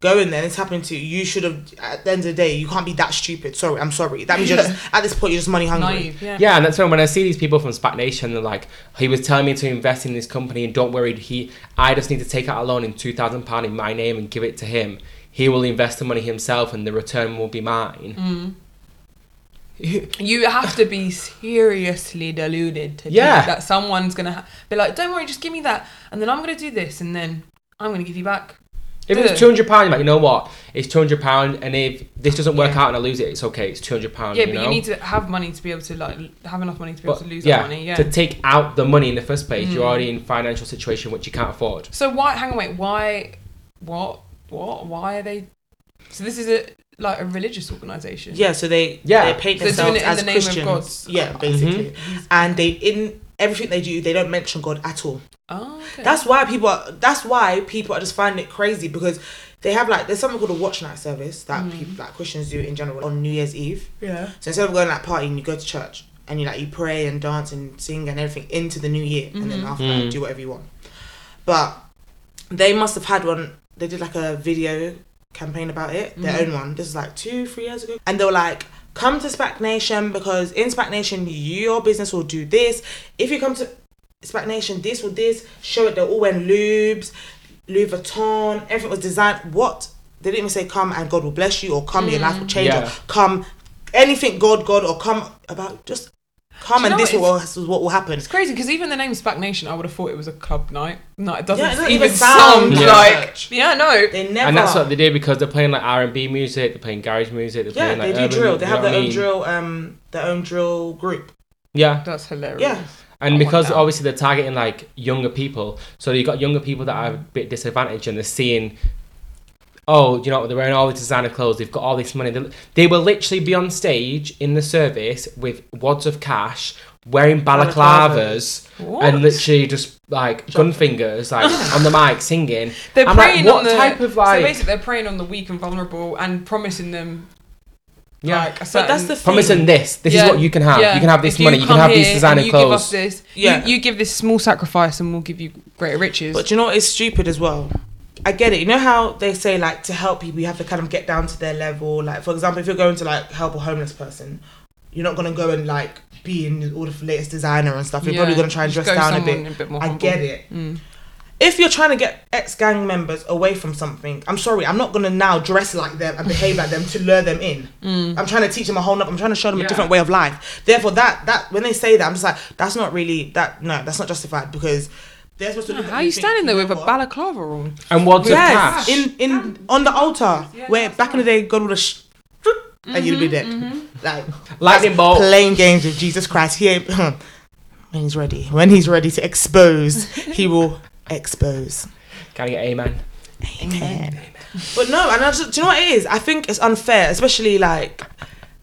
S3: going there, it's happening to you. You should have. At the end of the day, you can't be that stupid. Sorry, I'm sorry. That means you're just at this point you're just money hungry.
S2: Naive. Yeah.
S1: Yeah, and that's when when I see these people from Spat Nation, they're like, he was telling me to invest in this company, and don't worry, he, I just need to take out a loan in two thousand pound in my name and give it to him. He will invest the money himself, and the return will be
S2: Mm.
S1: mine.
S2: You have to be seriously deluded to
S1: Yeah.
S2: think that someone's gonna ha- be like, "Don't worry, just give me that," and then I'm gonna do this, and then I'm gonna give you back.
S1: If
S2: Yeah.
S1: it's two hundred pound, you're like, you know what? It's two hundred pound, and if this doesn't work out and I lose it, it's okay. It's two hundred pound.
S2: Yeah,
S1: you
S2: but
S1: know?
S2: you need to have money to be able to like l- have enough money to be
S1: But,
S2: able to lose
S1: yeah,
S2: that money. Yeah. Mm.
S1: to take out the money in the first place, you're already in financial situation which you can't afford.
S2: so why? Hang on, wait. Why? What? What? Why are they? So this is a like a religious organization.
S3: Yeah, so they
S1: Yeah.
S3: yeah they paint
S2: So they're doing
S3: themselves
S2: it in
S3: as
S2: the name of
S3: Christians.
S2: God's-
S3: Yeah, basically, and they in everything they do, they don't mention God at all.
S2: Oh, okay.
S3: That's why people. Are, that's why people are just finding it crazy because they have like there's something called a watch night service that
S2: Mm.
S3: people that Christians do in general on New Year's Eve.
S2: yeah.
S3: So instead of going like partying, you go to church and you like you pray and dance and sing and everything into the new year, and
S2: Mm-hmm.
S3: then after that, do whatever you want. But they must have had one. They did like a video campaign about it, their
S1: Mm-hmm.
S3: own one. This is like two, three years ago, and they were like. Come to Spac Nation because in Spac Nation your business will do this. If you come to Spac Nation, this will this. Show it. They're all wearing lubes, Louis Vuitton. Everything was designed. What they didn't even say come and God will bless you or come your life will change
S1: Mm-hmm. Yeah.
S3: or come anything God God or come about just come
S2: Do you
S3: and
S2: know
S3: this
S2: what
S3: will what will happen.
S2: It's crazy because even the name Spac Nation, I would have thought it was a club night. No, it doesn't,
S3: Yeah, it doesn't
S2: even,
S3: even
S2: sound
S3: sound
S1: like
S2: like.
S3: church.
S2: Yeah, no.
S3: They never.
S1: And that's what they do because they're playing like R and B music, they're playing garage music, they're
S3: yeah,
S1: playing
S3: they
S1: like
S3: do
S1: urban
S3: drill.
S1: mu-
S3: They
S1: you know
S3: have their
S1: what I
S3: own
S1: mean?
S3: drill, um, their own drill group.
S1: Yeah,
S2: That's hilarious.
S3: Yeah.
S1: And
S2: I want
S1: because
S2: that.
S1: obviously they're targeting like younger people, so you've got younger people that are a bit disadvantaged and they're seeing, oh, you know, what, they're wearing all these designer clothes, they've got all this money. They, they will literally be on stage in the service with wads of cash, wearing balaclavas,
S2: What?
S1: and literally just like gun fingers, like on the mic singing.
S2: They're
S1: I'm like,
S2: preying
S1: what
S2: on the
S1: type of like.
S2: so basically they're preying on the weak and vulnerable and promising them
S1: yeah.
S2: like a certain.
S3: But that's the thing.
S1: Promising this. This
S2: Yeah,
S1: is what you can have.
S2: yeah.
S1: You can have this
S2: If you
S1: money. You can
S2: come
S1: have these
S2: here
S1: designer
S2: and you Give
S1: clothes.
S2: us this.
S3: Yeah.
S2: You, you give this small sacrifice and we'll give you greater riches.
S3: But you know what is stupid as well? I get it. You know how they say like to help people you have to kind of get down to their level. Like for example, if you're going to like help a homeless person, you're not gonna go and like be in all the latest designer and stuff. You're
S2: Yeah.
S3: probably gonna try and
S2: Just
S3: dress
S2: go
S3: down a
S2: someone
S3: bit.
S2: a bit more
S3: I
S2: humble. Mm.
S3: get it. If you're trying to get ex gang members away from something, I'm sorry, I'm not gonna now dress like them and behave like them to lure them in.
S2: Mm.
S3: I'm trying to teach them a whole nother. I'm trying to show them
S1: Yeah.
S3: a different way of life. Therefore, that that when they say that, I'm just like, that's not really that. No, that's not justified because They're supposed to look at
S2: How are you
S3: and think,
S2: standing there
S3: know
S2: with a
S3: what?
S2: balaclava on?
S1: And wads of
S3: Yes,
S1: cash.
S3: in in on the altar where back in the day God would have. Sh- and you'd
S2: Mm-hmm,
S3: be dead. Like
S1: Lightning bolt.
S3: Playing games with Jesus Christ. He ain't- when he's ready. When he's ready to expose, he will expose.
S1: Can I get amen?
S3: Amen. But no, and I just, do you know what it is? I think it's unfair, especially like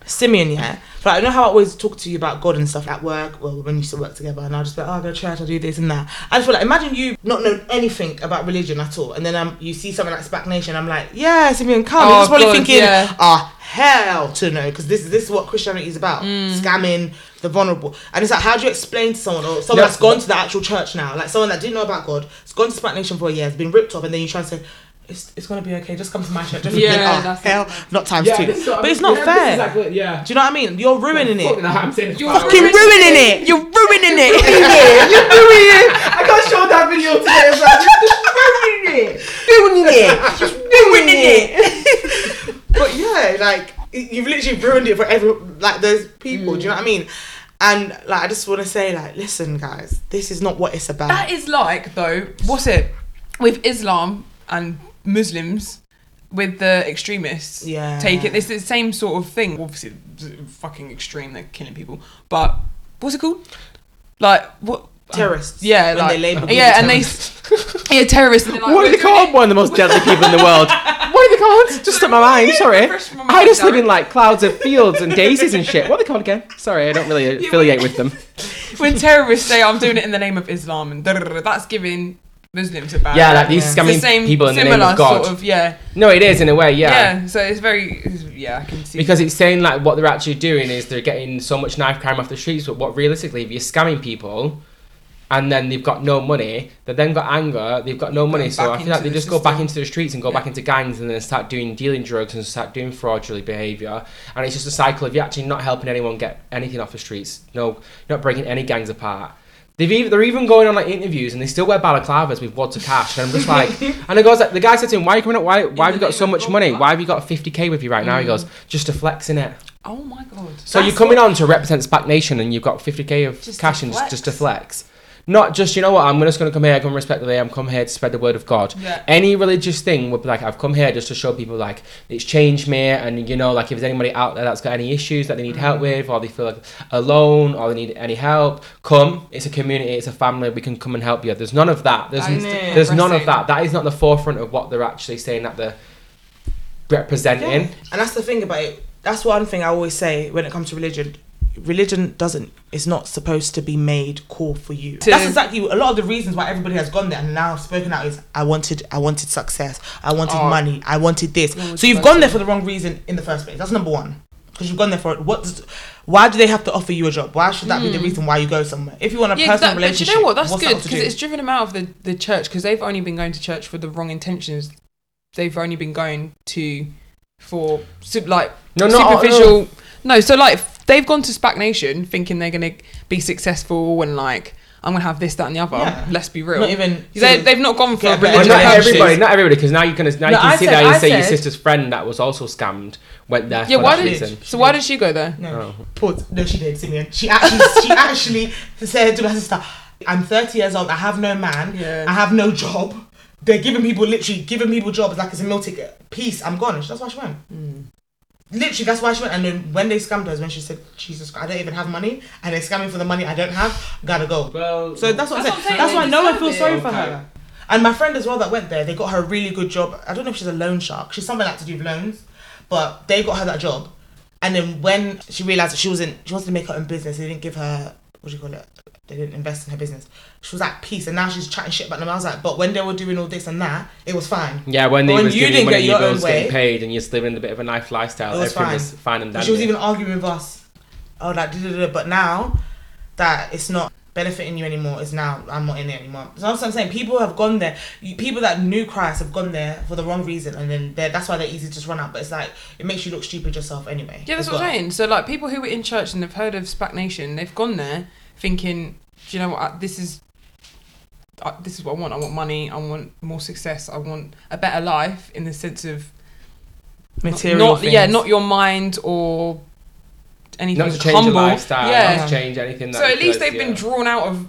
S3: Simeon, yeah. Like, I know how I always talk to you about God and stuff at work. Well, when you used to work together, and I'll just be like, oh, I go to church, I do this and that. I just feel like, imagine you not know anything about religion at all, and then um, you see something like Spac Nation, I'm like, yeah, Simeon, come.
S2: Oh,
S3: He's probably
S2: God,
S3: thinking,
S2: yeah.
S3: ah, hell to no, because this, is this is what Christianity is about scamming the vulnerable. And it's like, how do you explain to someone, or someone
S1: Yeah.
S3: that's gone to the actual church now, like someone that didn't know about God, has gone to Spac Nation for a year, has been ripped off, and then you try and say, it's, it's gonna be okay. Just come to my church. Just
S2: Yeah,
S3: yeah, oh,
S2: that's-
S3: hell, not times two. But it's not fair.
S1: yeah.
S3: Do you know what I mean? You're ruining it.
S1: I'm saying
S2: You're fucking
S3: Fucking ruining it. You're ruining it.
S1: I got shown that video today. It's
S3: ruining it. Just ruining it. but yeah, like y- you've literally ruined it for every like those people. Do you know what I mean? And like I just want to say, like, listen, guys, this is not what it's about.
S2: That is like though, what's it with Islam and Muslims with the extremists?
S3: Yeah.
S2: take it. It's the same sort of thing. Obviously, it's fucking extreme. They're killing people, but what's it called? Like what?
S3: terrorists.
S2: Yeah,
S3: when
S2: like
S3: they label
S2: yeah, and they yeah terrorists. And they're like,
S1: what do they
S2: we're
S1: call
S2: doing
S1: one of the most deadly people in the world? What do they call it? Just slipped my mind. Sorry.
S2: Fresh from my
S1: I just live
S2: mind,
S1: in like clouds of fields and daisies and shit. What are they called again? Sorry, I don't really affiliate with them.
S2: it. When terrorists say, "I'm doing it in the name of Islam," and da, da, da, da, that's giving Muslims a bad.
S1: Yeah, like these
S2: It's
S3: It's
S1: scamming
S2: the same
S1: people in the
S2: similar
S1: name of God.
S2: sort of yeah.
S1: No, it is in a way.
S2: yeah, So it's very it's- yeah. I can see
S1: Because it's saying like what they're actually doing is they're getting so much knife crime off the streets, but what realistically, if you're scamming people, and then they've got no money, they then got anger, they've got no money, so
S2: back
S1: I feel
S2: into
S1: like they
S2: the
S1: just go back
S2: system.
S1: into the streets and go
S2: Yeah.
S1: back into gangs and then start doing dealing drugs and start doing fraudulent behaviour, and it's just a cycle of you actually not helping anyone get anything off the streets, no, you're not breaking any gangs apart. They've even, they're even going on like interviews and they still wear balaclavas with wads of cash and I'm just like and the guy's like the guy said to him why are you coming up why why have you got so much money why have you got 50k with you right
S2: Mm.
S1: now he goes just to flex in it
S2: oh my god.
S1: so you're coming on to represent Spac Nation and you've got 50k of
S2: Just to
S1: cash in just,
S2: flex.
S1: just to flex. Not just, you know what, I'm just going to come here, I come respectfully, I'm come here to spread the word of God.
S2: Yeah.
S1: Any religious thing would be like, I've come here just to show people, like, it's changed me, and, you know, like, if there's anybody out there that's got any issues that they need help
S2: Mm-hmm.
S1: with, or they feel like alone, or they need any help, come. It's a community, it's a family, we can come and help you. There's none of that. There's,
S2: That is
S1: there's none of
S2: depressing.
S1: that. That is not the forefront of what they're actually saying that they're representing.
S3: And that's the thing about it. That's one thing I always say when it comes to religion. Religion doesn't is not supposed to be made core for you.
S2: To-
S3: That's exactly a lot of the reasons why everybody has gone there and now spoken out is I wanted I wanted success, I wanted
S2: Oh.
S3: money, I wanted this.
S2: Lord,
S3: So you've
S2: mercy.
S3: gone there for the wrong reason in the first place. That's number one. Because you've gone there for it. What? does- Why do they have to offer you a job? Why should that be the reason why you go somewhere? If you want a
S2: Hmm. Yeah,
S3: personal
S2: that, but
S3: relationship,
S2: you know what? That's
S3: what's
S2: good
S3: that got to
S2: because
S3: do?
S2: it's driven them out of the the church because they've only been going to church for the wrong intentions. They've only been going to for sup- like
S1: No, not-
S2: superficial. No, so like they've gone to Spac Nation thinking they're gonna be successful and like I'm gonna have this, that, and the other.
S3: Yeah.
S2: Let's be real.
S3: Not even-
S2: they, they've not gone for
S3: Yeah,
S2: a
S3: but-
S1: Well,
S2: religion.
S3: Religion
S1: not
S3: purposes.
S1: everybody, not everybody, because now you can now you
S2: No,
S1: can
S2: I
S1: see
S2: said-
S1: that you
S2: I
S1: say your
S2: said-
S1: sister's friend that was also scammed went there.
S2: yeah,
S1: for
S2: why
S1: that
S2: did
S1: reason.
S2: so? Why did she go there?
S3: No, pause. No, she did, Simeon. She actually, she actually said to my sister, "I'm 30 years old. I have no man.
S2: Yeah.
S3: I have no job. They're giving people literally giving people jobs like it's a meal ticket. Peace. I'm gone." And That's why she went. Literally, that's why she went. And then when they scammed her, is when she said, "Jesus, Christ, I don't even have money, and they're scamming for the money I don't have. Gotta go."
S1: Well,
S3: So that's
S2: That's
S3: what I'm
S2: what I'm saying,
S3: saying. That's
S2: they
S3: why no one
S2: deserve
S3: feels
S2: it.
S3: sorry for
S1: Okay.
S3: her. And my friend as well that went there, they got her a really good job. I don't know if she's a loan shark. She's something like to do with loans, but they got her that job. And then when she realized that she wasn't, she wanted to make her own business. They didn't give her what do you call it? They didn't invest in her business. She was at peace, and now she's chatting shit about them. I was like, but when they were doing all this and that, it was fine.
S1: yeah, when they
S3: When
S1: was
S3: you
S1: giving
S3: didn't
S1: money,
S3: get
S1: you
S3: your own
S1: was getting
S3: way-
S1: paid, and you're just living a bit of a nice lifestyle.
S3: It was
S1: Everything
S3: fine.
S1: was fine and dandy.
S3: She was even arguing with us. Oh, like, duh, duh, duh, but now that it's not benefiting you anymore, it's now I'm not in it anymore. So that's what I'm saying. People have gone there. You, people that knew Christ have gone there for the wrong reason, and then they're, that's why they're easy to just run out. But it's like it makes you look stupid yourself anyway.
S2: Yeah, that's
S3: as
S2: what
S3: well.
S2: I'm saying. So like people who were in church and they've heard of Spac Nation, they've gone there thinking, do you know what? I- This is I this is what I want. I want money. I want more success. I want a better life in the sense of not-
S3: Material.
S2: Not, yeah,
S3: things.
S2: not your mind or anything
S1: not to change
S2: humble.
S1: your lifestyle,
S2: yeah.
S1: not to change anything. That
S2: So at
S1: you
S2: least
S1: could,
S2: they've been
S1: yeah.
S2: drawn out of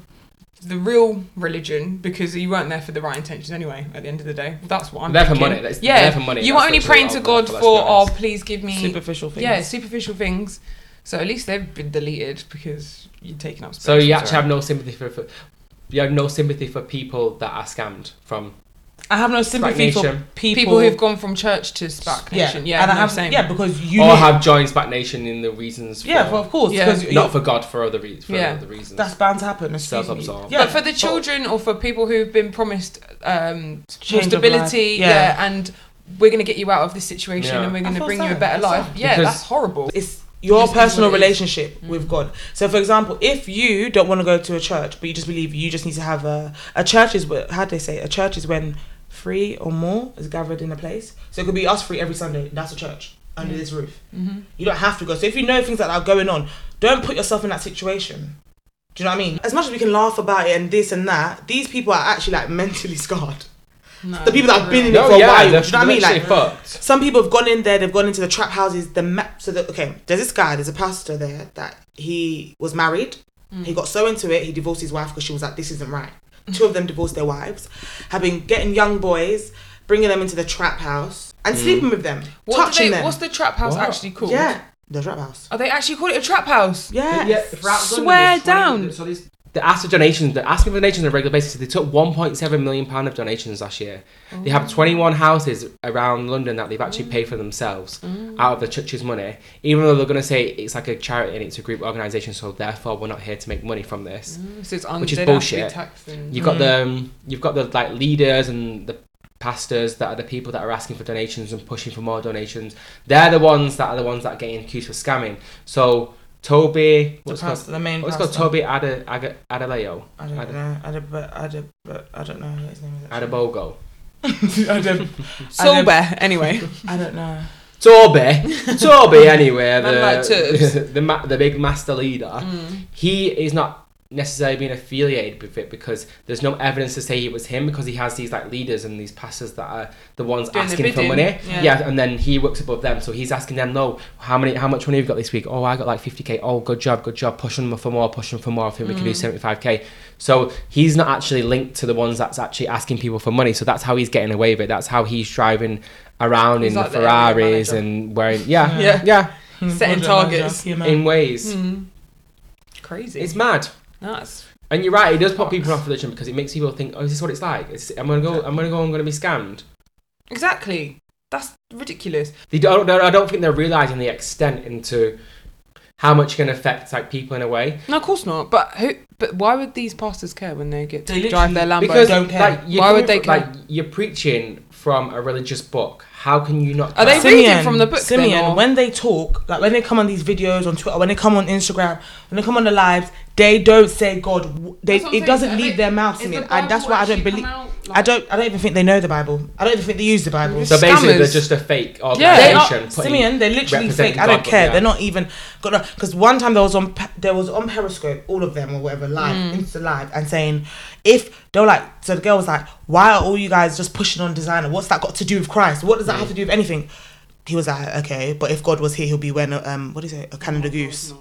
S2: the real religion because you weren't there for the right intentions anyway. At the end of the day, that's what I'm.
S1: They're for
S2: thinking.
S1: money. That's-
S2: yeah,
S1: they're for money.
S2: You
S1: That's
S2: are only
S1: literally
S2: praying
S1: what
S2: to
S1: I'm
S2: God
S1: there
S2: for.
S1: for, let's
S2: Oh,
S1: be
S2: please give me.
S4: Superficial things.
S2: Yeah, superficial things. So at least they've been deleted because you're taking up space.
S1: So you
S2: It's
S1: actually
S2: alright.
S1: have no sympathy for, for you have no sympathy for people that are scammed from
S3: I have no sympathy for
S1: Stagnation.
S3: people,
S2: people who've gone from church to SPAC
S3: yeah,
S2: Nation. Yeah,
S3: and I
S2: no,
S3: have
S2: same.
S3: yeah because you
S1: or Oh, have joined Spat Nation in the reasons.
S3: yeah,
S1: for,
S3: well, of course,
S2: Yeah.
S3: because
S1: not for God for other reasons. For
S2: Yeah.
S1: other reasons.
S3: that's bound to happen. excuse me.
S1: Self-absorbed.
S3: Yeah,
S2: but for the children or for people who've been promised um,
S3: Change of
S2: stability,
S3: life,
S2: yeah.
S3: yeah.
S2: and we're going to get you out of this situation
S1: Yeah.
S2: and we're going to
S3: I feel
S2: bring you a
S3: sorry,
S2: better
S3: I'm
S2: life.
S3: sorry.
S2: Yeah,
S1: Because-
S2: that's horrible.
S3: it's your
S2: Just is what
S3: personal
S2: it is.
S3: relationship with God. So, for example, if you don't want to go to a church, but you just believe you just need to have a a church is where how do they say it? a church is when three or more is gathered in a place. So it could be us three every Sunday. That's a church under this roof.
S2: Mm-hmm.
S3: You don't have to go. So if you know things like that are going on, don't put yourself in that situation. Do you know what I mean? As much as we can laugh about it and this and that, these people are actually like mentally scarred.
S2: No,
S3: The people that have been in it
S1: No,
S3: for a
S1: yeah,
S3: while. Do
S1: they're-
S3: you know what I mean?
S1: they're
S3: Like
S1: literally fucked.
S3: some people have gone in there, they've gone into the trap houses, the map so that okay, there's this guy, there's a pastor there that he was married. He got so into it, he divorced his wife because she was like, This isn't right. Two of them divorced their wives, have been getting young boys, bringing them into the trap house
S1: Mm.
S3: and sleeping with them,
S2: What do
S3: touching
S2: they,
S3: them.
S2: What's the trap house
S1: What?
S2: actually called?
S3: yeah, the trap house.
S2: Are they actually called it a trap house?
S3: Yeah.
S2: Swear down.
S1: So these, the asked for donations, the asking for donations on a regular basis. They took 1.7 million pound of donations last year. They
S2: Oh.
S1: have 21 houses around London that they've actually paid for themselves
S3: Mm.
S1: out of the church's money. Even though they're going to say it's like a charity and it's a group organisation, so therefore we're not here to make money from this.
S2: Mm, So it's un-
S1: Which is
S2: they'd have to be
S1: bullshit.
S2: taxed and-
S1: You've got the um, you've got the like leaders and the pastors that are the people that are asking for donations and pushing for more donations. They're the ones that are the ones that are getting accused for scamming. So Toby,
S3: The
S1: what's it called?
S3: pastor, the main
S1: What's it called?
S3: pastor.
S1: Toby Ada Aga- Adeleo
S3: I don't know. I don't, but I don't, but I don't know what his name is.
S1: Adabogo.
S3: actually. I don't.
S2: Soul Bear, anyway.
S3: I don't know.
S1: Toby, Toby. Anyway,
S2: Man like
S1: the
S2: Tobes.
S1: the, ma- the big master leader.
S2: Mm.
S1: He is not necessarily being affiliated with it because there's no evidence to say it was him because he has these like leaders and these pastors that are the ones
S2: Doing the
S1: asking for
S2: bidding,
S1: money.
S2: yeah.
S1: and then he works above them, so he's asking them, "No, how many? How much money have you got this week? Oh, I got like 50k. Oh, good job, good job. Pushing them for more, pushing for more. I think we
S2: Mm.
S1: can do 75k." So he's not actually linked to the ones that's actually asking people for money. So that's how he's getting away with it. That's how he's driving around
S2: He's
S1: in
S2: like
S1: the
S2: the area
S1: Ferraris
S2: manager.
S1: and wearing yeah,
S2: Yeah.
S1: yeah, yeah,
S2: Setting targets.
S1: in ways.
S2: Mm. Crazy.
S1: It's mad.
S2: nuts.
S1: And you're right, it does put people off religion because it makes people think, oh, is this what it's like? Is, I'm gonna go, I'm gonna go, I'm gonna be scammed.
S2: Exactly. That's ridiculous.
S1: They don't, I don't think they're realizing the extent into how much it can affect like people in a way.
S2: No, of course not. But who? But why would these pastors care when they get to
S3: They
S2: drive their Lambo?
S1: Because
S3: don't care.
S1: like, you're
S2: Why would
S1: coming
S2: they
S1: fr- like you're preaching from a religious book. How can you not?
S2: Are they
S1: care?
S2: reading from the book then,
S3: Simeon,
S2: or-
S3: when they talk, like when they come on these videos on Twitter, when they come on Instagram, when they come on the lives, they don't say God. W- They
S2: That's what I'm
S3: it
S2: saying,
S3: doesn't
S2: so
S3: leave
S2: they-
S3: their mouth,
S2: is
S3: Simeon.
S2: the
S3: And that's
S2: Bible
S3: why I don't
S2: actually
S3: believe.
S2: come out,
S3: I
S2: like-
S3: don't. I don't even think they know the Bible. I don't even think they use the Bible.
S1: So basically, they're
S2: scammers?
S1: just a fake
S2: Yeah.
S1: organization.
S3: They are,
S1: putting-
S3: Simeon, they're literally
S1: representing
S3: fake. I don't
S1: God, but
S3: care.
S1: yeah.
S3: They're not even got because one time there was on Pe- there was on Periscope, all of them or whatever, live
S2: Mm.
S3: Insta live, and saying if they were like, so the girl was like, why are all you guys just pushing on designer? What's that got to do with Christ? What does that have to do with anything? He was like, okay, but if God was here, he'll be wearing a, um, what is it, a Canada goose?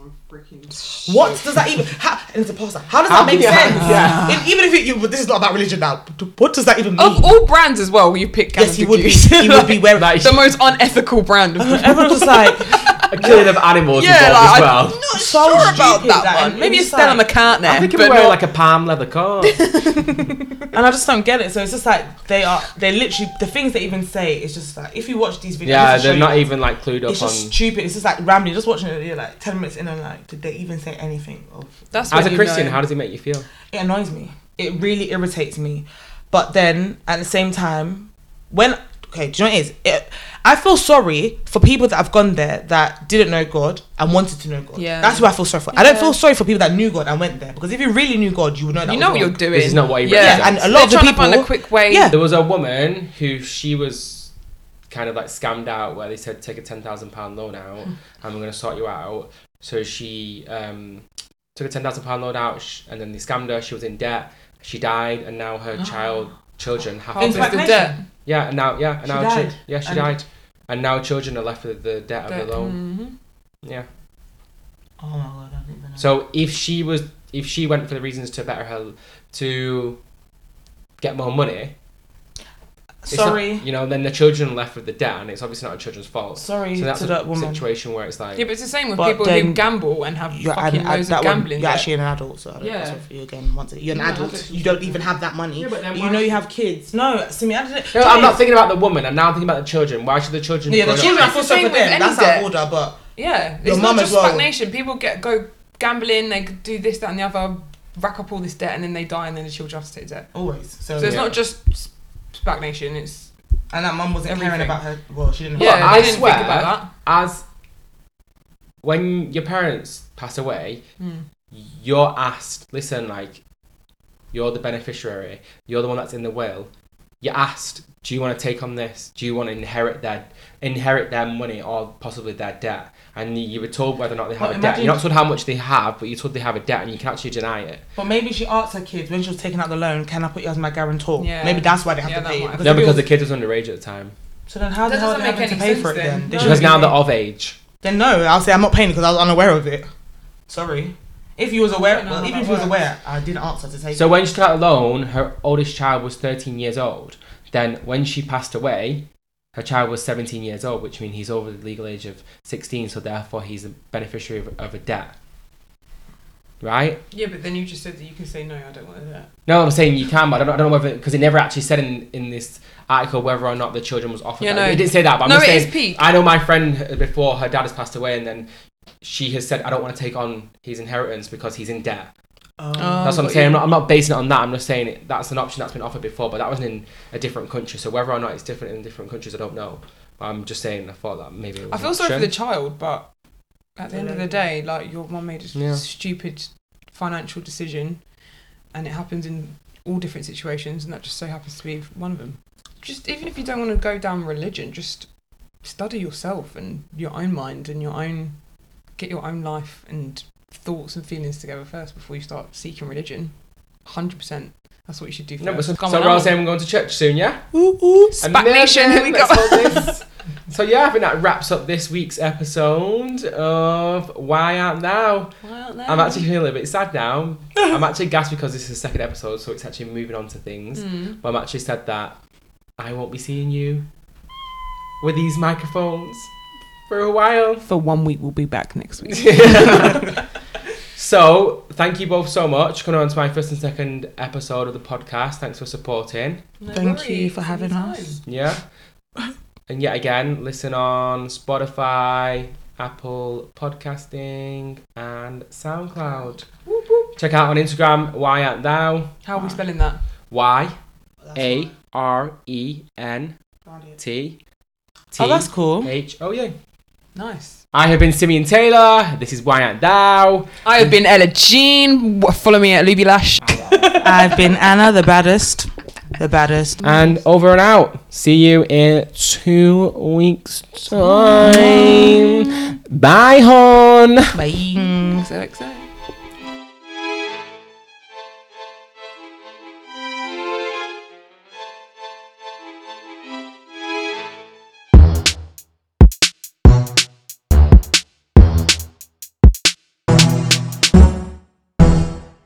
S3: What does that even? How, and it's a pastor. How does
S1: How
S3: that make
S1: can you-
S3: sense? If- even if it, you, but this is not about religion now. What does that even mean?
S2: Of all brands as well, you pick Canada
S3: yes, he would be.
S2: Goose.
S3: He would be wearing.
S1: Like-
S2: the most unethical brand. Of the
S3: everyone was just like.
S1: a killing of animals
S2: yeah,
S1: involved
S2: like
S1: as
S2: I'm
S1: well.
S2: not
S3: So
S2: sure about
S3: stupid,
S2: that
S3: like,
S2: one. Maybe
S3: it
S2: it's
S3: was
S2: Stella
S3: like-
S2: McCartney,
S1: I think
S2: but
S1: I'm wearing
S2: not-
S1: like a palm leather coat.
S3: and I just don't get it. So it's just like they are. They literally the things they even say. It's just like if you watch these videos,
S1: yeah,
S3: just to
S1: they're
S3: show
S1: not
S3: you,
S1: even like clued up
S3: It's just
S1: on.
S3: stupid. It's just like rambling. Just watching it, you're like ten minutes in and like, did they even say anything? Of
S2: that's
S1: As
S2: what
S1: a
S2: you
S1: Christian,
S2: know.
S1: how does it make you feel?
S3: it annoys me. It really irritates me. But then at the same time, when okay, do you know what it is? It, I feel sorry for people that have gone there that didn't know God and wanted to know God.
S2: Yeah.
S3: that's who I feel sorry for. I don't
S2: Yeah.
S3: feel sorry for people that knew God and went there because if you really knew God, you would know that.
S2: you
S3: was
S2: know what
S3: wrong.
S2: you're doing.
S1: This is not what he
S2: yeah.
S1: represents.
S3: And a lot of
S2: They're
S3: the
S2: trying to find a
S3: people-
S2: quick way.
S3: Yeah.
S1: There was a woman who she was kind of like scammed out where they said take a ten thousand pound loan out
S3: Hmm.
S1: and we're gonna sort you out. So she um, took a ten thousand pound loan out sh- and then they scammed her. She was in debt. She died and now her child children have
S2: Half is
S1: to
S3: Impact
S2: the
S3: nation.
S2: debt.
S1: yeah and now yeah and
S3: She
S1: now chi-
S3: died.
S1: yeah she
S3: And-
S1: died and now children are left with the debt of
S2: Debt.
S1: the loan.
S2: Mhm.
S3: Hmm.
S1: Yeah.
S3: Oh my god, I didn't even know.
S1: So if she was if she went for the reasons to better her to get more money. it's not-
S3: Sorry.
S1: you know, then the children are left with the debt, and it's obviously not a children's fault.
S3: Sorry
S1: so that's
S3: to
S1: a
S3: that woman.
S1: situation where it's like,
S2: Yeah, but it's the same with
S3: But
S2: people who
S3: then
S2: gamble and have
S3: You're, an,
S2: fucking
S3: ad-
S2: loads of
S3: that one,
S2: gambling
S3: you're
S2: debt.
S3: actually an adult, so I don't
S2: Yeah.
S3: yeah. for you again once again. You're an
S2: No, I don't
S3: adult.
S2: think
S3: You
S2: you
S3: don't
S2: should.
S3: even have that money.
S1: Yeah, but then
S3: you
S1: why
S3: know
S1: should-
S3: you have kids. No, Simi, I didn't.
S1: no, I'm not thinking about the woman. I'm now thinking about the children. Why should the children?
S3: Yeah,
S1: grow
S3: the
S1: up-
S3: children. I
S2: It's the
S3: feel sorry
S2: same
S3: for
S2: with
S3: them.
S2: any
S3: That's out
S2: debt.
S3: of order, but
S2: Yeah,
S3: Your
S2: it's not
S3: mum
S2: just
S3: as well.
S2: stagnation. People get go gambling, they do this, that, and the other, rack up all this debt, and then they die, and then the children have to take debt.
S3: always. So,
S2: So it's
S1: Yeah.
S2: not just s- stagnation. It's
S3: and that mum wasn't caring
S2: Everything.
S3: about her. Well, she didn't.
S1: Well,
S2: yeah,
S1: I
S2: I didn't
S1: swear-
S2: think about
S1: As when your parents pass away,
S2: that.
S3: Hmm.
S2: Mm.
S1: you're asked. Listen, like you're the beneficiary. You're the one that's in the will. You're asked. Do you want to take on this? Do you want to inherit their inherit their money or possibly their debt? And you were told whether or not they have
S3: Well,
S1: a debt.
S3: imagine-
S1: You're not told how much they have, but you're told they have a debt, and you can actually deny it.
S3: But maybe she asked her kids when she was taking out the loan, "Can I put you as my guarantor?"
S2: Yeah.
S3: Maybe that's why they have
S2: Yeah,
S3: to
S2: that
S3: pay.
S2: might-
S3: Because
S1: No,
S3: the
S1: because the
S3: bills-
S1: kid was underage at the time.
S3: so then how the
S2: That
S3: hell are they
S2: doesn't
S3: having
S2: make
S3: to
S2: any
S3: pay for it
S2: sense
S3: then?
S2: then.
S3: They
S2: No.
S3: should
S1: Because
S3: be
S1: now they're
S3: paying.
S1: of age.
S3: Then no, I'll say I'm not paying because I was unaware of it. Sorry. If you was aware,
S2: don't know
S3: well,
S2: how
S3: even
S2: that
S3: if you was
S2: works.
S3: aware, I didn't answer to take.
S1: So when she took out a loan, her oldest child was 13 years old. Then when she passed away, her child was 17 years old, which means he's over the legal age of 16, so therefore he's a beneficiary of, of a debt. Right?
S2: Yeah, but then you just said that you can say no, I don't want that.
S1: No, I'm saying you can, but I don't, I don't know whether because it never actually said in, in this article whether or not the children was offered.
S2: Yeah,
S1: that.
S2: no.
S1: It didn't say that, but I'm
S2: no,
S1: just
S2: it
S1: saying.
S2: is peak.
S1: I know my friend uh, before her dad has passed away, and then she has said, "I don't want to take on his inheritance because he's in debt."
S3: Um,
S2: Oh.
S1: That's what I'm saying.
S2: got you.
S1: I'm not, I'm not basing it on that. I'm just saying it, that's an option that's been offered before, but that wasn't in a different country. So whether or not it's different in different countries, I don't know. But I'm just saying. I thought that maybe. It was
S2: I
S1: an
S2: feel sorry for
S1: option.
S2: the child, but at the end of the day, like your mum made a
S1: Yeah.
S2: stupid financial decision, and it happens in all different situations, and that just so happens to be one of them. Just even if you don't want to go down religion, just study yourself and your own mind and your own get your own life and thoughts and feelings together first before you start seeking religion. Hundred percent. That's what you should do. First.
S1: No, but so,
S2: Come
S1: so
S2: on,
S1: we're all
S2: I'm-
S1: saying we're going to church soon, yeah?
S3: Ooh, ooh.
S1: And
S2: Spat Nation, here we
S1: let's
S2: go.
S1: hold this. so yeah, I think that wraps up this week's episode of Why Aren't Thou?
S2: Why aren't
S1: I'm
S2: they?
S1: actually feeling a little bit sad now. I'm actually gassed because this is the second episode, so it's actually moving on to things.
S2: Mm.
S1: Mum actually said that I won't be seeing you with these microphones for a while.
S2: For one week, we'll be back next week.
S1: so, thank you both so much. Coming on to my first and second episode of the podcast. Thanks for supporting.
S2: No
S3: Thank you for
S2: worries,
S3: having us.
S2: anytime.
S1: Yeah. And yet again, listen on Spotify, Apple Podcasting, and SoundCloud.
S2: Whoop, whoop.
S1: Check out on Instagram, Why Aren't Thou?
S2: How are we spelling that?
S1: Y
S3: That's
S1: A
S3: fine.
S1: R E N
S3: Found it.
S1: T
S3: Oh,
S1: T
S3: that's cool.
S1: H O U.
S2: Nice.
S1: I have been Simeon Taylor. This is Why Aren't Thou?
S2: I have been Ella Jean. W- Follow me at Luby Lash.
S3: I've been Anna, the baddest, the baddest.
S1: And over and out. See you in two weeks' time. Bye, hon.
S3: Bye. Hmm.
S2: XOXO.